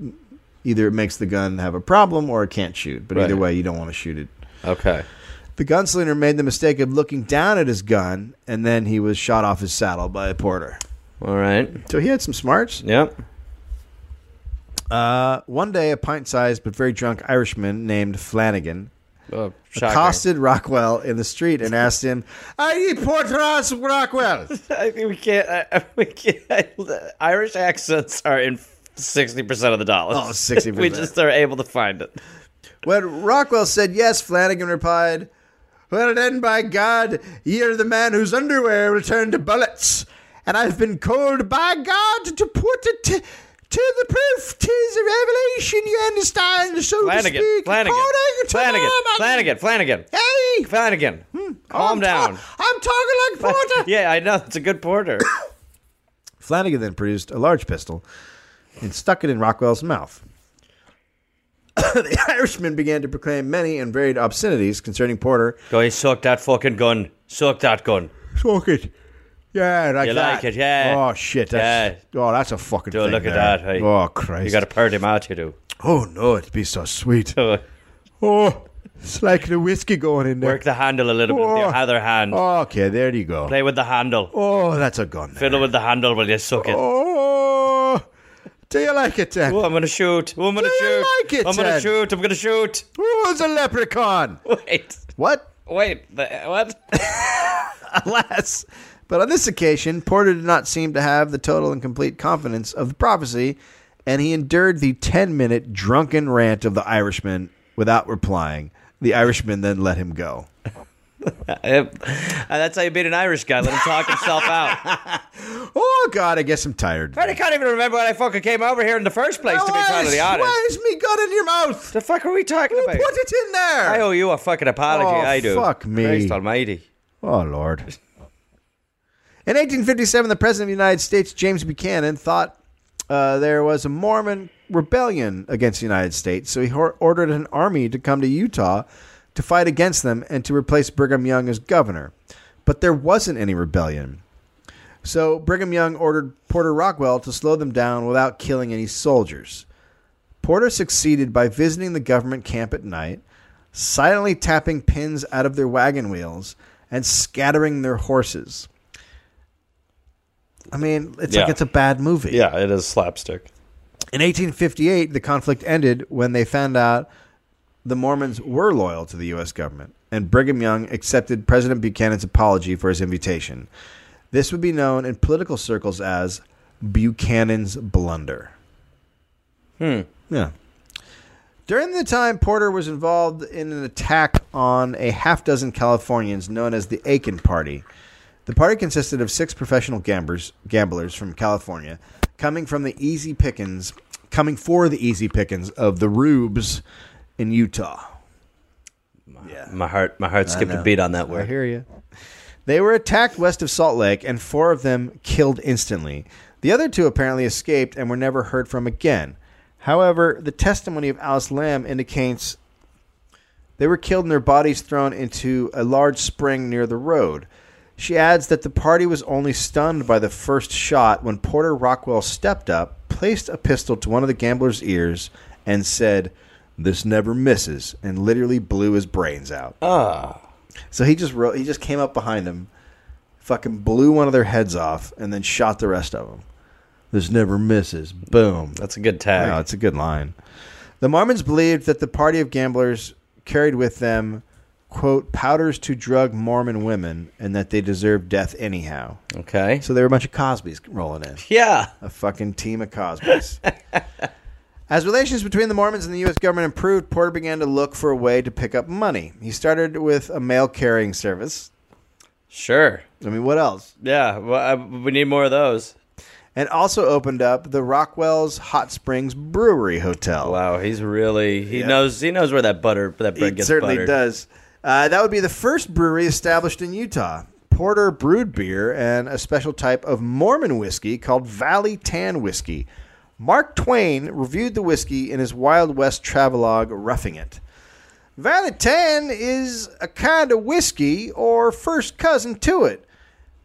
[SPEAKER 2] either it makes the gun have a problem or it can't shoot. But either
[SPEAKER 3] Right.
[SPEAKER 2] way, you don't want to shoot it.
[SPEAKER 3] Okay.
[SPEAKER 2] The gunslinger made the mistake of looking down at his gun, and then he was shot off his saddle by a porter.
[SPEAKER 3] All right.
[SPEAKER 2] So he had some smarts.
[SPEAKER 3] Yep.
[SPEAKER 2] Uh, one day, a pint-sized but very drunk Irishman named Flanagan
[SPEAKER 3] Uh,
[SPEAKER 2] accosted Rockwell in the street and asked him, "Are you Portras Rockwell?"
[SPEAKER 3] I think we can't. I, we can't. Irish accents are in sixty percent of the dollars.
[SPEAKER 2] Oh, 60%.
[SPEAKER 3] we just are able to find it.
[SPEAKER 2] When Rockwell said yes, Flanagan replied, Well, then, by God, ye are the man whose underwear will turn to bullets, and I've been called by God to put it to, to the proof. Tis a revelation, you understand, so
[SPEAKER 3] Flanagan.
[SPEAKER 2] to speak.
[SPEAKER 3] Flanagan.
[SPEAKER 2] According to
[SPEAKER 3] Flanagan.
[SPEAKER 2] Mormon-
[SPEAKER 3] Flanagan. Flanagan.
[SPEAKER 2] Hey!
[SPEAKER 3] Flanagan. Calm
[SPEAKER 2] I'm
[SPEAKER 3] down.
[SPEAKER 2] ta- I'm talking like Porter.
[SPEAKER 3] yeah, I know. It's a good porter.
[SPEAKER 2] Flanagan then produced a large pistol and stuck it in Rockwell's mouth. the Irishman began to proclaim many and varied obscenities concerning Porter
[SPEAKER 3] Guys, suck that fucking gun. Suck that gun.
[SPEAKER 2] Fuck it. Yeah, like
[SPEAKER 3] You
[SPEAKER 2] that.
[SPEAKER 3] like it, yeah.
[SPEAKER 2] Oh shit, that's oh that's a fucking
[SPEAKER 3] Dude,
[SPEAKER 2] thing
[SPEAKER 3] look at
[SPEAKER 2] there.
[SPEAKER 3] that, hey.
[SPEAKER 2] Oh Christ.
[SPEAKER 3] You got a party march, you do.
[SPEAKER 2] Oh no, it'd be so sweet.
[SPEAKER 3] Work
[SPEAKER 2] Oh it's like the whiskey going in there.
[SPEAKER 3] the handle a little bit with your
[SPEAKER 2] Oh.
[SPEAKER 3] other hand.
[SPEAKER 2] Okay, there you go.
[SPEAKER 3] Play with the handle.
[SPEAKER 2] Oh, that's a gun. there.
[SPEAKER 3] Fiddle with the handle while you suck it.
[SPEAKER 2] Oh Do you like it then?
[SPEAKER 3] Oh, I'm gonna shoot. Oh, I'm gonna
[SPEAKER 2] Do you
[SPEAKER 3] shoot.
[SPEAKER 2] like it,
[SPEAKER 3] I'm gonna
[SPEAKER 2] Ted?
[SPEAKER 3] shoot. I'm gonna shoot.
[SPEAKER 2] Who's Oh, a leprechaun?
[SPEAKER 3] Wait.
[SPEAKER 2] What?
[SPEAKER 3] Wait. the- What?
[SPEAKER 2] Alas. But on this occasion, Porter did not seem to have the total and complete confidence of the prophecy, and he endured the 10 minute drunken rant of the Irishman without replying. The Irishman then let him go.
[SPEAKER 3] Yep. Uh, that's how you beat an Irish guy. Let him talk himself out.
[SPEAKER 2] Oh, God, I guess I'm tired.
[SPEAKER 3] I can't even remember when I fucking came over here in the first place, to be totally honest.
[SPEAKER 2] Why is me gun in your mouth?
[SPEAKER 3] The fuck are we talking
[SPEAKER 2] Put
[SPEAKER 3] about?
[SPEAKER 2] it in there.
[SPEAKER 3] I owe you a fucking apology.
[SPEAKER 2] Oh,
[SPEAKER 3] I do.
[SPEAKER 2] fuck me.
[SPEAKER 3] Christ Almighty.
[SPEAKER 2] Oh, Lord. In 1857, the President of the United States, James Buchanan, thought uh, there was a Mormon rebellion against the United States, so he hor- ordered an army to come to Utah to fight against them and to replace Brigham Young as governor. But there wasn't any rebellion. So Brigham Young ordered Porter Rockwell to slow them down without killing any soldiers. Porter succeeded by visiting the government camp at night, silently tapping pins out of their wagon wheels and scattering their horses. I mean, it's like
[SPEAKER 3] Yeah.
[SPEAKER 2] it's a bad movie.
[SPEAKER 3] Yeah, it is slapstick.
[SPEAKER 2] In 1858, the conflict ended when they found out the Mormons were loyal to the U.S. government, and Brigham Young accepted President Buchanan's apology for his invitation. This would be known in political circles as Buchanan's blunder.
[SPEAKER 1] Yeah.
[SPEAKER 2] During the time Porter was involved in an attack on a half dozen Californians known as the Aiken Party, the party consisted of six professional gamblers, gamblers from California, coming from the easy pickings, coming for the easy pickings of the Rubes in Utah.
[SPEAKER 3] My heart, my heart skipped a beat on that word.
[SPEAKER 2] hear you. They were attacked west of Salt Lake, and four of them killed instantly. The other two apparently escaped and were never heard from again. However, the testimony of Alice Lamb indicates they were killed and their bodies thrown into a large spring near the road. She adds that the party was only stunned by the first shot when Porter Rockwell stepped up, placed a pistol to one of the gambler's ears, and said, This never misses, and literally blew his brains out.
[SPEAKER 3] Ah,
[SPEAKER 2] So he just ro- he just came up behind him, fucking blew one of their heads off, and then shot the rest of them. This never misses. Boom.
[SPEAKER 3] That's a good tag.
[SPEAKER 2] Wow, it's a good line. The Mormons believed that the party of gamblers carried with them, quote, powders to drug Mormon women, and that they deserved death anyhow.
[SPEAKER 3] Okay.
[SPEAKER 2] So they were a bunch of Cosbys rolling in
[SPEAKER 3] yeah.
[SPEAKER 2] a fucking team of Cosbys. As relations between the Mormons and the U.S. government improved, Porter began to look for a way to pick up money. He started with a mail carrying service.
[SPEAKER 3] Sure.
[SPEAKER 2] I mean, what else?
[SPEAKER 3] Yeah. Well, I, we need more of those.
[SPEAKER 2] And also opened up the Rockwell's Hot Springs Brewery Hotel.
[SPEAKER 3] Wow. He's really he knows he knows where that butter that bread
[SPEAKER 2] It
[SPEAKER 3] gets
[SPEAKER 2] certainly
[SPEAKER 3] buttered.
[SPEAKER 2] does. Uh, that would be the first brewery established in Utah. Porter brewed beer and a special type of Mormon whiskey called Valley Tan Whiskey. Mark Twain reviewed the whiskey in his Wild West travelogue, Roughing It. Valley Tan is a kind of whiskey or first cousin to it.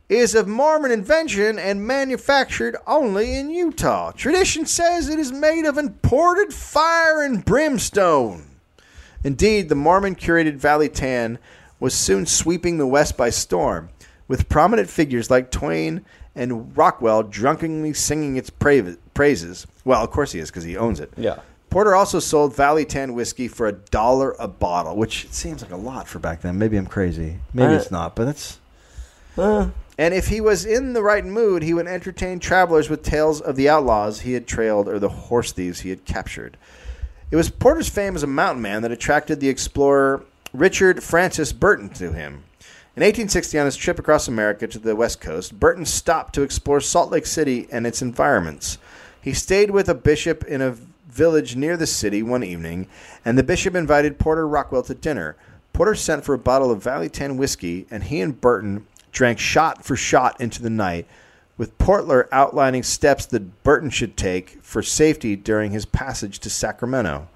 [SPEAKER 2] Is of Mormon invention and manufactured only in Utah. Tradition says it is made of imported fire and brimstone. Indeed, the Mormon curated Valley Tan was soon sweeping the West by storm, with prominent figures like Twain and Rockwell drunkenly singing its pra- praises. Well, of course he is because he owns it.
[SPEAKER 3] Yeah.
[SPEAKER 2] Porter also sold Valley Tan whiskey for a dollar a bottle, which seems like a lot for back then. Maybe I'm crazy. Maybe
[SPEAKER 3] Uh,
[SPEAKER 2] it's not, but that's. and if he was in the right mood, he would entertain travelers with tales of the outlaws he had trailed or the horse thieves he had captured. It was Porter's fame as a mountain man that attracted the explorer Richard Francis Burton to him. In 1860, on his trip across America to the West Coast, Burton stopped to explore Salt Lake City and its environments. He stayed with a bishop in a village near the city one evening, and the bishop invited Porter Rockwell to dinner. Porter sent for a bottle of Valley Tan whiskey, and he and Burton drank shot for shot into the night, with Portler outlining steps that Burton should take for safety during his passage to Sacramento.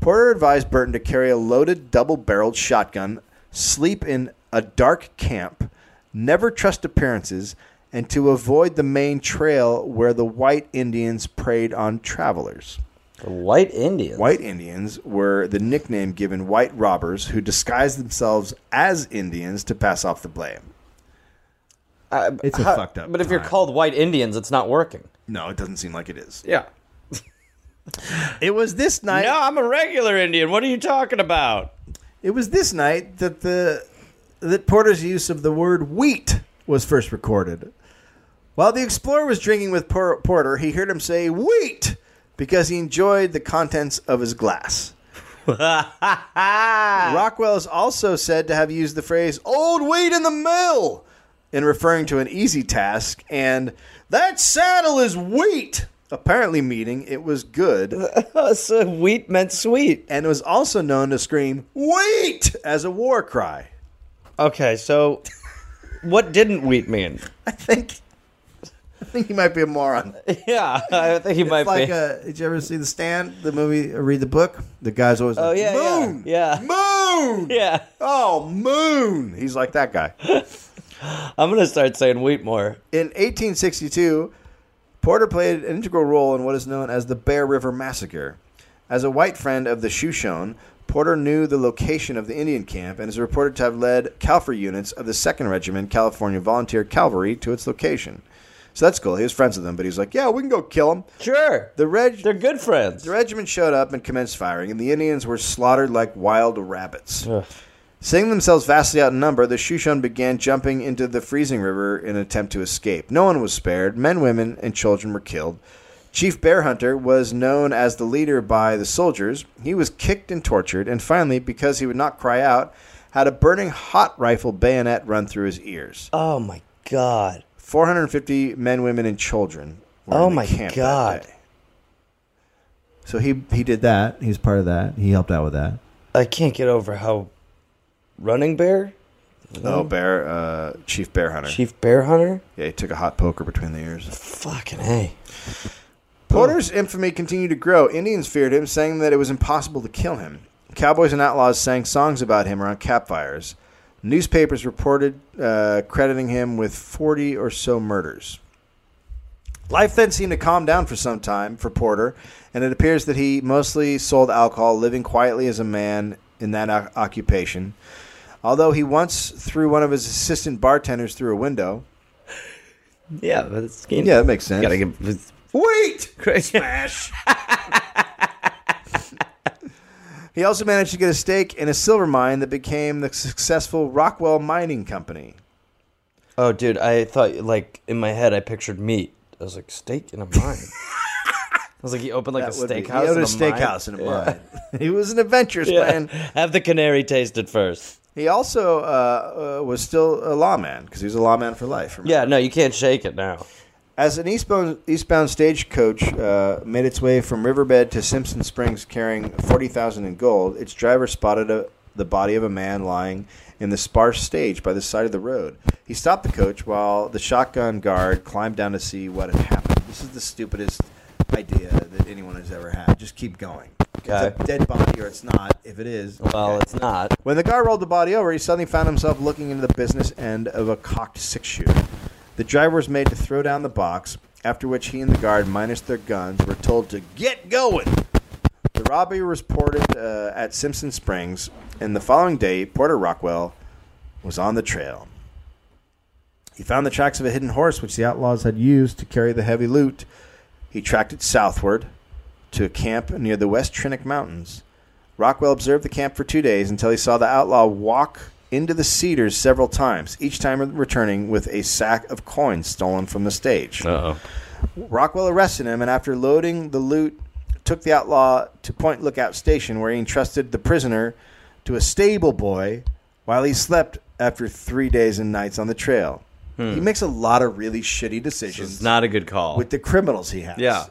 [SPEAKER 2] Porter advised Burton to carry a loaded double barreled shotgun, sleep in a dark camp, never trust appearances, and to avoid the main trail where the white Indians preyed on travelers.
[SPEAKER 3] The white Indian.
[SPEAKER 2] White Indians were the nickname given white robbers who disguised themselves as Indians to pass off the blame.
[SPEAKER 1] It's a fucked up
[SPEAKER 3] But if you're
[SPEAKER 1] time.
[SPEAKER 3] called white Indians, it's not working.
[SPEAKER 2] No, it doesn't seem like it is.
[SPEAKER 3] Yeah.
[SPEAKER 2] It was this night.
[SPEAKER 3] No, I'm a regular Indian. What are you talking about?
[SPEAKER 2] It was this night that the that Porter's use of the word wheat was first recorded. While the explorer was drinking with Por- Porter, he heard him say wheat because he enjoyed the contents of his glass. Rockwell is also said to have used the phrase "old wheat in the mill" in referring to an easy task, and that saddle is wheat. Apparently, meaning it was good
[SPEAKER 3] so uh, wheat meant sweet.
[SPEAKER 2] and was also known to scream "Wait!" as a war cry.
[SPEAKER 3] Okay, so what didn't wheat mean?
[SPEAKER 2] I think, I think he might be a moron.
[SPEAKER 3] Yeah, I think he might
[SPEAKER 2] It's like,
[SPEAKER 3] be.
[SPEAKER 2] uh did you ever see The Stand, the movie? Or read the book. The guy's always
[SPEAKER 3] oh
[SPEAKER 2] like,
[SPEAKER 3] yeah,
[SPEAKER 2] "Moon,
[SPEAKER 3] yeah, yeah,
[SPEAKER 2] moon,
[SPEAKER 3] yeah.
[SPEAKER 2] oh moon." He's like that guy.
[SPEAKER 3] I'm gonna start saying wheat more.
[SPEAKER 2] In 1862, Porter played an integral role in what is known as the Bear River Massacre. As a white friend of the Shoshone, Porter knew the location of the Indian camp and is reported to have led Calvary units of the 2nd Regiment California Volunteer Cavalry to its location. So that's cool. He was friends with them, but he was like, "Yeah, we can go kill them."
[SPEAKER 3] Sure,
[SPEAKER 2] The reg-
[SPEAKER 3] they're good friends.
[SPEAKER 2] the regiment showed up and commenced firing, and the Indians were slaughtered like wild rabbits. Seeing themselves vastly outnumbered, the Shoshone began jumping into the freezing river in an attempt to escape. No one was spared. Men, women, and children were killed. Chief Bear Hunter was known as the leader by the soldiers. He was kicked and tortured, and finally, because he would not cry out, had a burning hot rifle bayonet run through his ears.
[SPEAKER 3] Oh my god.
[SPEAKER 2] 450 men, women, and children. Were
[SPEAKER 3] Oh
[SPEAKER 2] in the
[SPEAKER 3] my
[SPEAKER 2] camp that
[SPEAKER 3] God.
[SPEAKER 2] day. So he he did that.
[SPEAKER 1] He was part of that. He helped out with that.
[SPEAKER 3] I can't get over how Running Bear,
[SPEAKER 2] Oh, bear, uh, Chief Bear Hunter.
[SPEAKER 3] Chief Bear Hunter,
[SPEAKER 2] Yeah, he took a hot poker between the ears.
[SPEAKER 3] fucking hey.
[SPEAKER 2] Porter's infamy continued to grow. Indians feared him, saying that it was impossible to kill him. Cowboys and outlaws sang songs about him around campfires. Newspapers reported uh, crediting him with 40 or so murders. Life then seemed to calm down for some time for Porter, and it appears that he mostly sold alcohol, living quietly as a man in that o- occupation. Although he once threw one of his assistant bartenders through a window.
[SPEAKER 3] Yeah, but it's you
[SPEAKER 2] Yeah, that makes sense.
[SPEAKER 3] gotta get wait. Crazy.
[SPEAKER 2] He also managed to get a stake in a silver mine that became the successful Rockwell Mining Company.
[SPEAKER 3] Oh, dude, I thought like in my head I pictured meat. I was like steak in a mine. I was like, he opened like a
[SPEAKER 2] That would be-
[SPEAKER 3] steakhouse.
[SPEAKER 2] He owned
[SPEAKER 3] in
[SPEAKER 2] a
[SPEAKER 3] a
[SPEAKER 2] steakhouse
[SPEAKER 3] mine.
[SPEAKER 2] in a mine. he was an adventurous man.
[SPEAKER 3] Yeah. Have the canary tasted first.
[SPEAKER 2] He also uh, uh, was still a lawman because he was a lawman for life. remember?
[SPEAKER 3] Yeah, no, you can't shake it now.
[SPEAKER 2] As an eastbound eastbound stagecoach uh, made its way from Riverbed to Simpson Springs, carrying forty thousand in gold, its driver spotted a, the body of a man lying in the sparse stage by the side of the road. He stopped the coach while the shotgun guard climbed down to see what had happened. This is the stupidest idea that anyone has ever had. Just keep going. It's
[SPEAKER 3] Okay.
[SPEAKER 2] a dead body, or it's not. If it is,
[SPEAKER 3] Well,
[SPEAKER 2] okay.
[SPEAKER 3] it's not.
[SPEAKER 2] When the guy rolled the body over, he suddenly found himself looking into the business end of a cocked six shooter. The driver was made to throw down the box, after which he and the guard, minus their guns, were told to get going. The robbery was reported uh, at Simpson Springs, and the following day, Porter Rockwell was on the trail. He found the tracks of a hidden horse which the outlaws had used to carry the heavy loot. He tracked it southward to a camp near the West Trinic Mountains. Rockwell observed the camp for two days until he saw the outlaw walk into the cedars several times, each time returning with a sack of coins stolen from the stage.
[SPEAKER 3] Uh oh.
[SPEAKER 2] Rockwell arrested him and, after loading the loot, took the outlaw to Point Lookout Station, where he entrusted the prisoner to a stable boy while he slept after three days and nights on the trail. He makes a lot of really shitty
[SPEAKER 3] It's
[SPEAKER 2] decisions
[SPEAKER 3] Hmm. not a good call.
[SPEAKER 2] with the criminals he has.
[SPEAKER 3] yeah.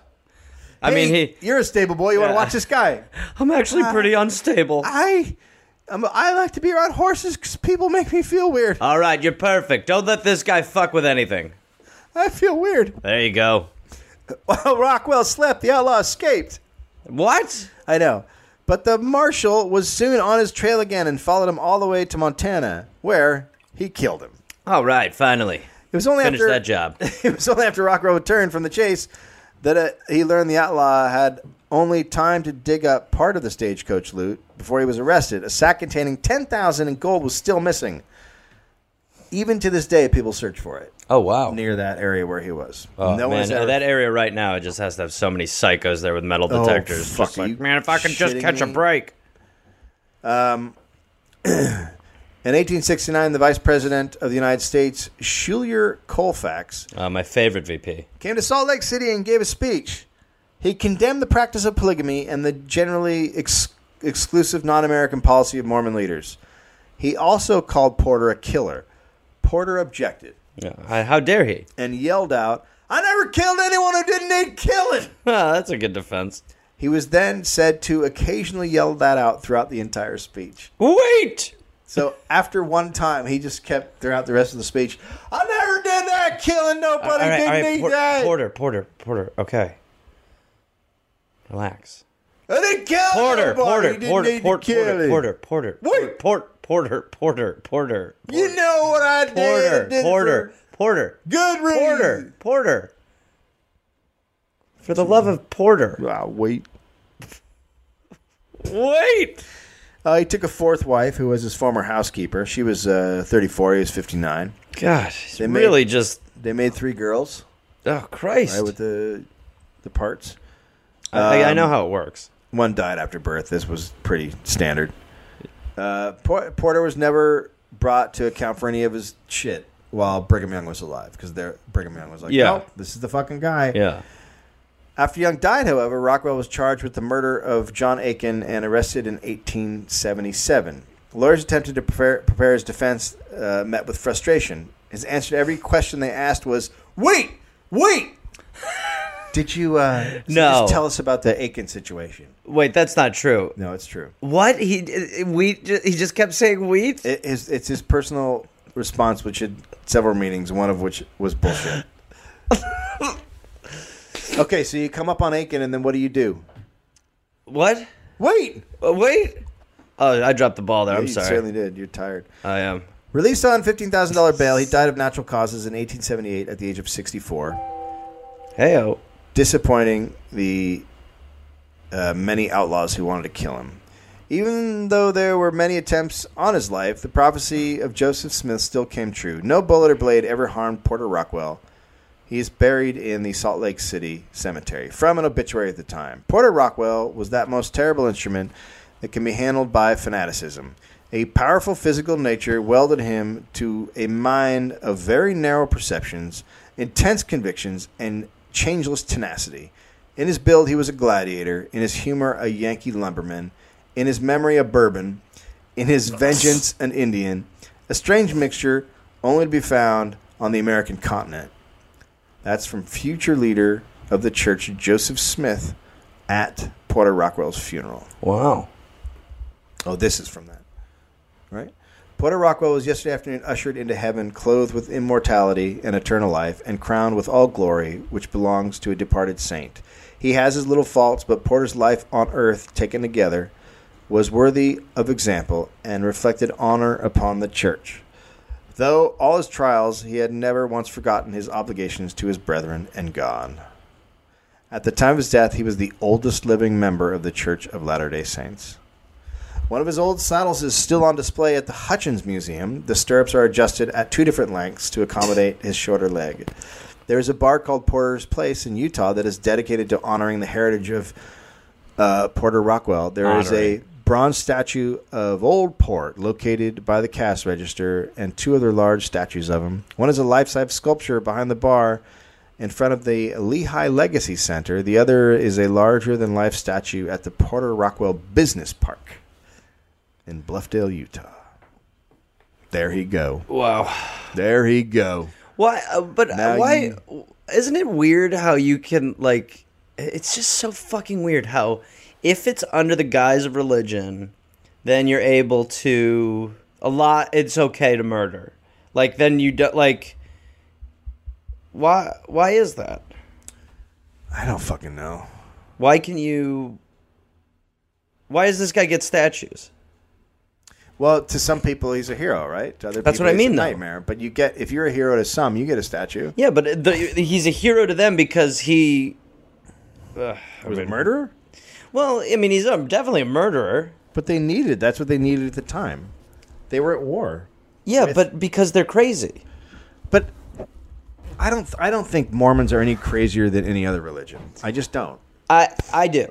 [SPEAKER 3] I mean, he.
[SPEAKER 2] Hey, You're a stable boy. You want to
[SPEAKER 3] Yeah.
[SPEAKER 2] watch this guy?
[SPEAKER 3] I'm actually pretty unstable.
[SPEAKER 2] Uh, I, I'm, I like to be around horses 'cause people make me feel weird.
[SPEAKER 3] All right, you're perfect. Don't let this guy fuck with anything.
[SPEAKER 2] I feel weird.
[SPEAKER 3] There you go.
[SPEAKER 2] While Rockwell slept, the outlaw escaped.
[SPEAKER 3] What?
[SPEAKER 2] I know. But the marshal was soon on his trail again and followed him all the way to Montana, where he killed him.
[SPEAKER 3] All right, finally.
[SPEAKER 2] It was only
[SPEAKER 3] Finish
[SPEAKER 2] after
[SPEAKER 3] that job.
[SPEAKER 2] it was only after Rockwell returned from the chase that uh, he learned the outlaw had only time to dig up part of the stagecoach loot before he was arrested. A sack containing ten thousand in gold was still missing. Even to this day, people search for it
[SPEAKER 3] Oh, wow.
[SPEAKER 2] near that area where he was.
[SPEAKER 3] Oh,
[SPEAKER 2] no
[SPEAKER 3] man,
[SPEAKER 2] one's ever
[SPEAKER 3] that area right now it just has to have so many psychos there with metal
[SPEAKER 2] Oh,
[SPEAKER 3] detectors.
[SPEAKER 2] fuck,
[SPEAKER 3] just
[SPEAKER 2] are
[SPEAKER 3] like,
[SPEAKER 2] you
[SPEAKER 3] man, if I could just
[SPEAKER 2] shitting
[SPEAKER 3] catch a
[SPEAKER 2] me?" Um,
[SPEAKER 3] break.
[SPEAKER 2] In 1869, the Vice President of the United States, Schuyler Colfax,
[SPEAKER 3] Uh, my favorite VP.
[SPEAKER 2] came to Salt Lake City and gave a speech. He condemned the practice of polygamy and the generally ex- exclusive non American policy of Mormon leaders. He also called Porter a killer. Porter objected
[SPEAKER 3] Yeah, I- how dare he?
[SPEAKER 2] and yelled out, I never killed anyone who didn't need killing.
[SPEAKER 3] Ah, that's a good defense.
[SPEAKER 2] He was then said to occasionally yell that out throughout the entire speech.
[SPEAKER 3] Wait!
[SPEAKER 2] So after one time, he just kept throughout the rest of the speech. I never did that, killing nobody. didn't need
[SPEAKER 3] Por-
[SPEAKER 2] that.
[SPEAKER 3] Porter, Porter, Porter. Okay. Relax.
[SPEAKER 2] I didn't kill
[SPEAKER 3] Porter,
[SPEAKER 2] nobody.
[SPEAKER 3] Porter,
[SPEAKER 2] didn't
[SPEAKER 3] Porter,
[SPEAKER 2] need
[SPEAKER 3] Porter,
[SPEAKER 2] to kill
[SPEAKER 3] Porter,
[SPEAKER 2] him.
[SPEAKER 3] Porter, Porter,
[SPEAKER 2] Wait.
[SPEAKER 3] Port, Porter, Porter, Porter,
[SPEAKER 2] You know what I did? I
[SPEAKER 3] Porter,
[SPEAKER 2] did it
[SPEAKER 3] Porter, Porter,
[SPEAKER 2] for Good reason.
[SPEAKER 3] Porter, Porter. For the love of Porter.
[SPEAKER 2] Ah, wait.
[SPEAKER 3] Wait!
[SPEAKER 2] Uh, he took a fourth wife who was his former housekeeper. She was uh, 34. He was 59.
[SPEAKER 3] God, he's
[SPEAKER 2] made-
[SPEAKER 3] really just.
[SPEAKER 2] They made three girls,
[SPEAKER 3] Oh, Christ.
[SPEAKER 2] right, with the the parts.
[SPEAKER 3] I, I know how it works.
[SPEAKER 2] One died after birth. This was pretty standard. Uh, Por- Porter was never brought to account for any of his shit while Brigham Young was alive because Brigham Young was like,
[SPEAKER 3] Yeah.
[SPEAKER 2] "Nope, this is the fucking guy."
[SPEAKER 3] Yeah.
[SPEAKER 2] After Young died, however, Rockwell was charged with the murder of John Aiken and arrested in 1877. Lawyers attempted to prepare, prepare his defense, uh, met with frustration. His answer to every question they asked was, "Wait, wait." Did you uh,
[SPEAKER 3] No.
[SPEAKER 2] just tell us about the Aiken situation?
[SPEAKER 3] Wait, that's not true.
[SPEAKER 2] No, it's true.
[SPEAKER 3] What he wheat? He just kept saying wheat.
[SPEAKER 2] It is, it's his personal response, which had several meanings, one of which was bullshit. okay, so you come up on Aiken, and then what do you do?
[SPEAKER 3] What?
[SPEAKER 2] Wait!
[SPEAKER 3] Uh, Wait. Oh, I dropped the ball there. I'm
[SPEAKER 2] you
[SPEAKER 3] sorry.
[SPEAKER 2] certainly did. You're tired.
[SPEAKER 3] I am.
[SPEAKER 2] Released on $15,000 bail, he died of natural causes in 1878 at the age of 64,
[SPEAKER 3] Heyo.
[SPEAKER 2] disappointing the uh, many outlaws who wanted to kill him. Even though there were many attempts on his life, the prophecy of Joseph Smith still came true. No bullet or blade ever harmed Porter Rockwell. He is buried in the Salt Lake City Cemetery from an obituary at the time. Porter Rockwell was that most terrible instrument that can be handled by fanaticism. A powerful physical nature welded him to a mind of very narrow perceptions, intense convictions, and changeless tenacity. In his build, he was a gladiator. In his humor, a Yankee lumberman. In his memory, a bourbon. In his vengeance, an Indian. A strange mixture only to be found on the American continent. That's from future leader of the church, Joseph Smith, at Porter Rockwell's funeral.
[SPEAKER 3] Wow.
[SPEAKER 2] Oh, this is from that. Right? Porter Rockwell was yesterday afternoon ushered into heaven, clothed with immortality and eternal life, and crowned with all glory which belongs to a departed saint. He has his little faults, but Porter's life on earth, taken together, was worthy of example and reflected honor upon the church. Though all his trials, he had never once forgotten his obligations to his brethren and God. At the time of his death, he was the oldest living member of the Church of Latter day Saints. One of his old saddles is still on display at the Hutchins Museum. The stirrups are adjusted at two different lengths to accommodate his shorter leg. There is a bar called Porter's Place in Utah that is dedicated to honoring the heritage of uh, Porter Rockwell. There is a bronze statue of Old Port located by the cash register and two other large statues of him. One is a life size sculpture behind the bar in front of the Lehigh Legacy Center, the other is a larger than life statue at the Porter Rockwell Business Park in Bluffdale, Utah. There he go.
[SPEAKER 3] Wow.
[SPEAKER 2] There he go.
[SPEAKER 3] Why? Uh, but uh,
[SPEAKER 2] Now
[SPEAKER 3] why?
[SPEAKER 2] you-
[SPEAKER 3] Isn't it weird how you can like? It's just so fucking weird how, if it's under the guise of religion, then you're able to a lot. It's okay to murder. Like then you do like. Why? Why is that?
[SPEAKER 2] I don't fucking know.
[SPEAKER 3] Why can you? Why does this guy get statues?
[SPEAKER 2] Well, to some people he's a hero, right? To other
[SPEAKER 3] That's
[SPEAKER 2] people,
[SPEAKER 3] what I
[SPEAKER 2] he's a
[SPEAKER 3] mean, though.
[SPEAKER 2] nightmare. But you get if you're a hero to some, you get a statue.
[SPEAKER 3] Yeah, but the, he's a hero to them because he. Ugh,
[SPEAKER 2] Was a murderer?
[SPEAKER 3] well, I mean, he's a, definitely a murderer.
[SPEAKER 2] But they needed. That's what they needed at the time. They were at war.
[SPEAKER 3] Yeah, but because they're crazy.
[SPEAKER 2] But I don't. I don't think Mormons are any crazier than any other religion. I just don't.
[SPEAKER 3] I I do,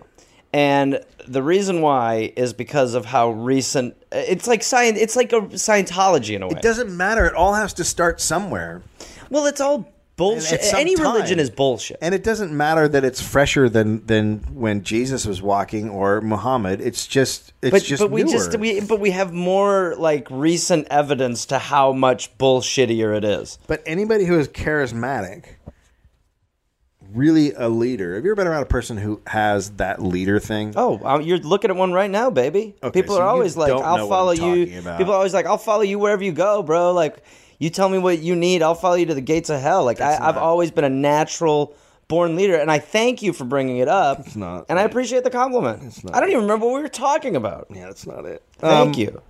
[SPEAKER 3] and the reason why is because of how recent. It's like science. It's like a Scientology in a way.
[SPEAKER 2] It doesn't matter. It all has to start somewhere.
[SPEAKER 3] well, it's all
[SPEAKER 2] At
[SPEAKER 3] bullshit.
[SPEAKER 2] some
[SPEAKER 3] Any
[SPEAKER 2] time.
[SPEAKER 3] religion is bullshit.
[SPEAKER 2] And it doesn't matter that it's fresher than than when Jesus was walking or Muhammad. It's just it's
[SPEAKER 3] but
[SPEAKER 2] just
[SPEAKER 3] but we
[SPEAKER 2] newer.
[SPEAKER 3] just we but we have more like recent evidence to how much bullshittier it is.
[SPEAKER 2] But anybody who is charismatic, really a leader. Have you ever been around a person who has that leader thing?
[SPEAKER 3] Oh, uh, you're looking at one right now, baby.
[SPEAKER 2] Okay,
[SPEAKER 3] People
[SPEAKER 2] so
[SPEAKER 3] are
[SPEAKER 2] you
[SPEAKER 3] always like,
[SPEAKER 2] don't
[SPEAKER 3] "I'll
[SPEAKER 2] know what
[SPEAKER 3] follow
[SPEAKER 2] I'm
[SPEAKER 3] you."
[SPEAKER 2] talking about.
[SPEAKER 3] People are always like, "I'll follow you wherever you go, bro." Like, you tell me what you need, I'll follow you to the gates of hell. Like, I, I've always been a natural born leader, and I thank you for bringing it up. It's
[SPEAKER 2] not.
[SPEAKER 3] and I appreciate the compliment. I don't even remember what we were talking about.
[SPEAKER 2] yeah, Um, that's not it.
[SPEAKER 3] Thank you.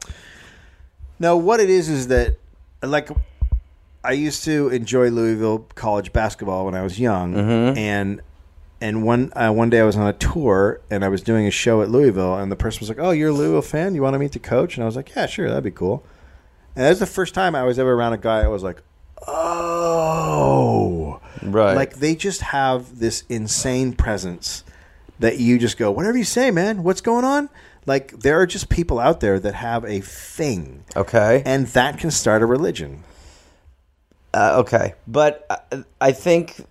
[SPEAKER 2] No, what it is is that, like, I used to enjoy Louisville college basketball when I was young,
[SPEAKER 3] Mm-hmm.
[SPEAKER 2] and and one uh, one day I was on a tour and I was doing a show at Louisville, and the person was like, "Oh, you're a Louisville fan? You want to meet the coach?" And I was like, "Yeah, sure, that'd be cool." And that was the first time I was ever around a guy. I was like, "Oh,
[SPEAKER 3] Right.
[SPEAKER 2] Like they just have this insane presence that you just go, whatever you say, man. What's going on? Like there are just people out there that have a thing
[SPEAKER 3] Okay.
[SPEAKER 2] and that can start a religion.
[SPEAKER 3] Uh, okay, but I, I think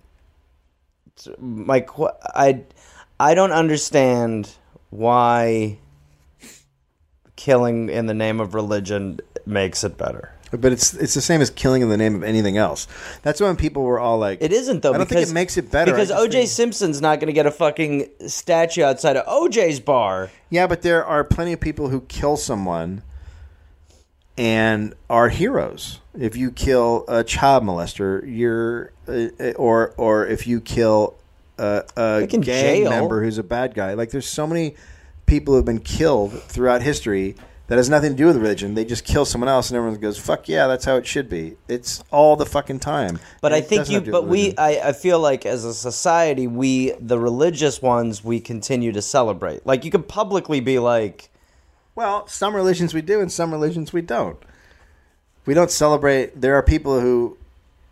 [SPEAKER 3] my qu- I I don't understand why killing in the name of religion makes it better.
[SPEAKER 2] But it's it's the same as killing in the name of anything else. That's when people were all like,
[SPEAKER 3] It isn't though.
[SPEAKER 2] I don't think
[SPEAKER 3] because,
[SPEAKER 2] it makes it better. I
[SPEAKER 3] because
[SPEAKER 2] just
[SPEAKER 3] OJ
[SPEAKER 2] think-
[SPEAKER 3] Simpson's not going to get a fucking statue outside of OJ's bar.
[SPEAKER 2] Yeah, but there are plenty of people who kill someone and are heroes. If you kill a child molester, you're uh, uh, or or if you kill a, a
[SPEAKER 3] in
[SPEAKER 2] gang
[SPEAKER 3] jail.
[SPEAKER 2] member who's a bad guy, like there's so many people who have been killed throughout history that has nothing to do with religion. They just kill someone else, and everyone goes, "Fuck yeah, that's how it should be." It's all the fucking time.
[SPEAKER 3] But
[SPEAKER 2] And
[SPEAKER 3] I
[SPEAKER 2] it
[SPEAKER 3] think
[SPEAKER 2] doesn't
[SPEAKER 3] you,
[SPEAKER 2] have to do
[SPEAKER 3] but
[SPEAKER 2] with
[SPEAKER 3] we,
[SPEAKER 2] religion.
[SPEAKER 3] I, I feel like as a society, we, the religious ones, we continue to celebrate. Like you can publicly be like,
[SPEAKER 2] Well, some religions we do, and some religions we don't. We don't celebrate. There are people who,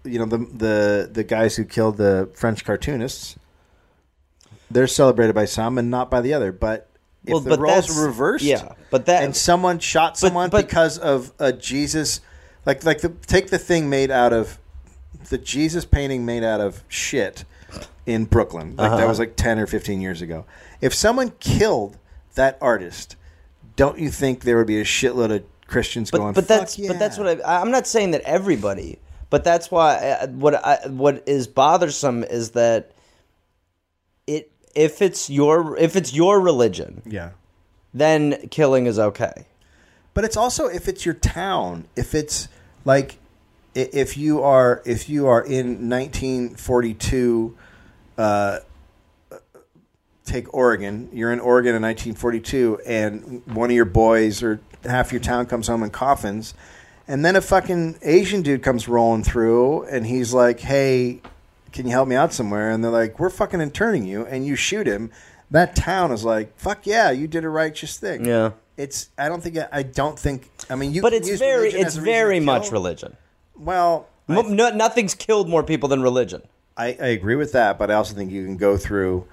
[SPEAKER 2] you know, the the the guys who killed the French cartoonists. They're celebrated by some and not by the other. But if
[SPEAKER 3] Well,
[SPEAKER 2] the
[SPEAKER 3] but
[SPEAKER 2] roles
[SPEAKER 3] that's-
[SPEAKER 2] were reversed,
[SPEAKER 3] yeah, but that-
[SPEAKER 2] and someone shot someone
[SPEAKER 3] but-
[SPEAKER 2] because of a Jesus, like like the take the thing made out of the Jesus painting made out of shit in Brooklyn. Like
[SPEAKER 3] Uh-huh.
[SPEAKER 2] that was like 10 or 15 years ago. If someone killed that artist, don't you think there would be a shitload of Christians going
[SPEAKER 3] but, but
[SPEAKER 2] "Fuck
[SPEAKER 3] that's,
[SPEAKER 2] yeah.
[SPEAKER 3] but that's what I, I'm not saying that everybody, but that's why I, what I, what is bothersome is that it, if it's your, if it's your religion,
[SPEAKER 2] Yeah.
[SPEAKER 3] then killing is okay.
[SPEAKER 2] But it's also if it's your town, if it's like i- if you are if you are in 1942 take Oregon. You're in Oregon in 1942, and one of your boys or half your town comes home in coffins, and then a fucking Asian dude comes rolling through, and he's like, "Hey, can you help me out somewhere?" And they're like, "We're fucking interning you," and you shoot him. That town is like, "Fuck yeah, you did a righteous thing."
[SPEAKER 3] Yeah.
[SPEAKER 2] It's. I don't think. I don't think. I mean, you.
[SPEAKER 3] But
[SPEAKER 2] can
[SPEAKER 3] it's
[SPEAKER 2] use
[SPEAKER 3] very,
[SPEAKER 2] religion
[SPEAKER 3] it's
[SPEAKER 2] as a reason to
[SPEAKER 3] very
[SPEAKER 2] kill.
[SPEAKER 3] much religion.
[SPEAKER 2] Well, I
[SPEAKER 3] Mo- no, nothing's killed more people than religion.
[SPEAKER 2] I, I agree with that, but I also think you can go through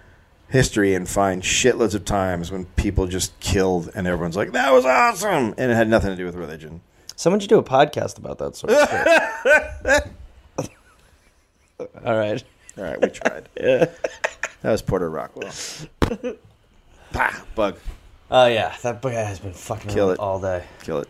[SPEAKER 2] history and find shitloads of times when people just killed and everyone's like, that was awesome. And it had nothing to do with religion.
[SPEAKER 3] Someone should do a podcast about that sort of shit. All right.
[SPEAKER 2] All right, we tried. That was Porter Rockwell. bah, bug.
[SPEAKER 3] Oh yeah, that guy has been fucking
[SPEAKER 2] Kill
[SPEAKER 3] around
[SPEAKER 2] it.
[SPEAKER 3] all day.
[SPEAKER 2] Kill it.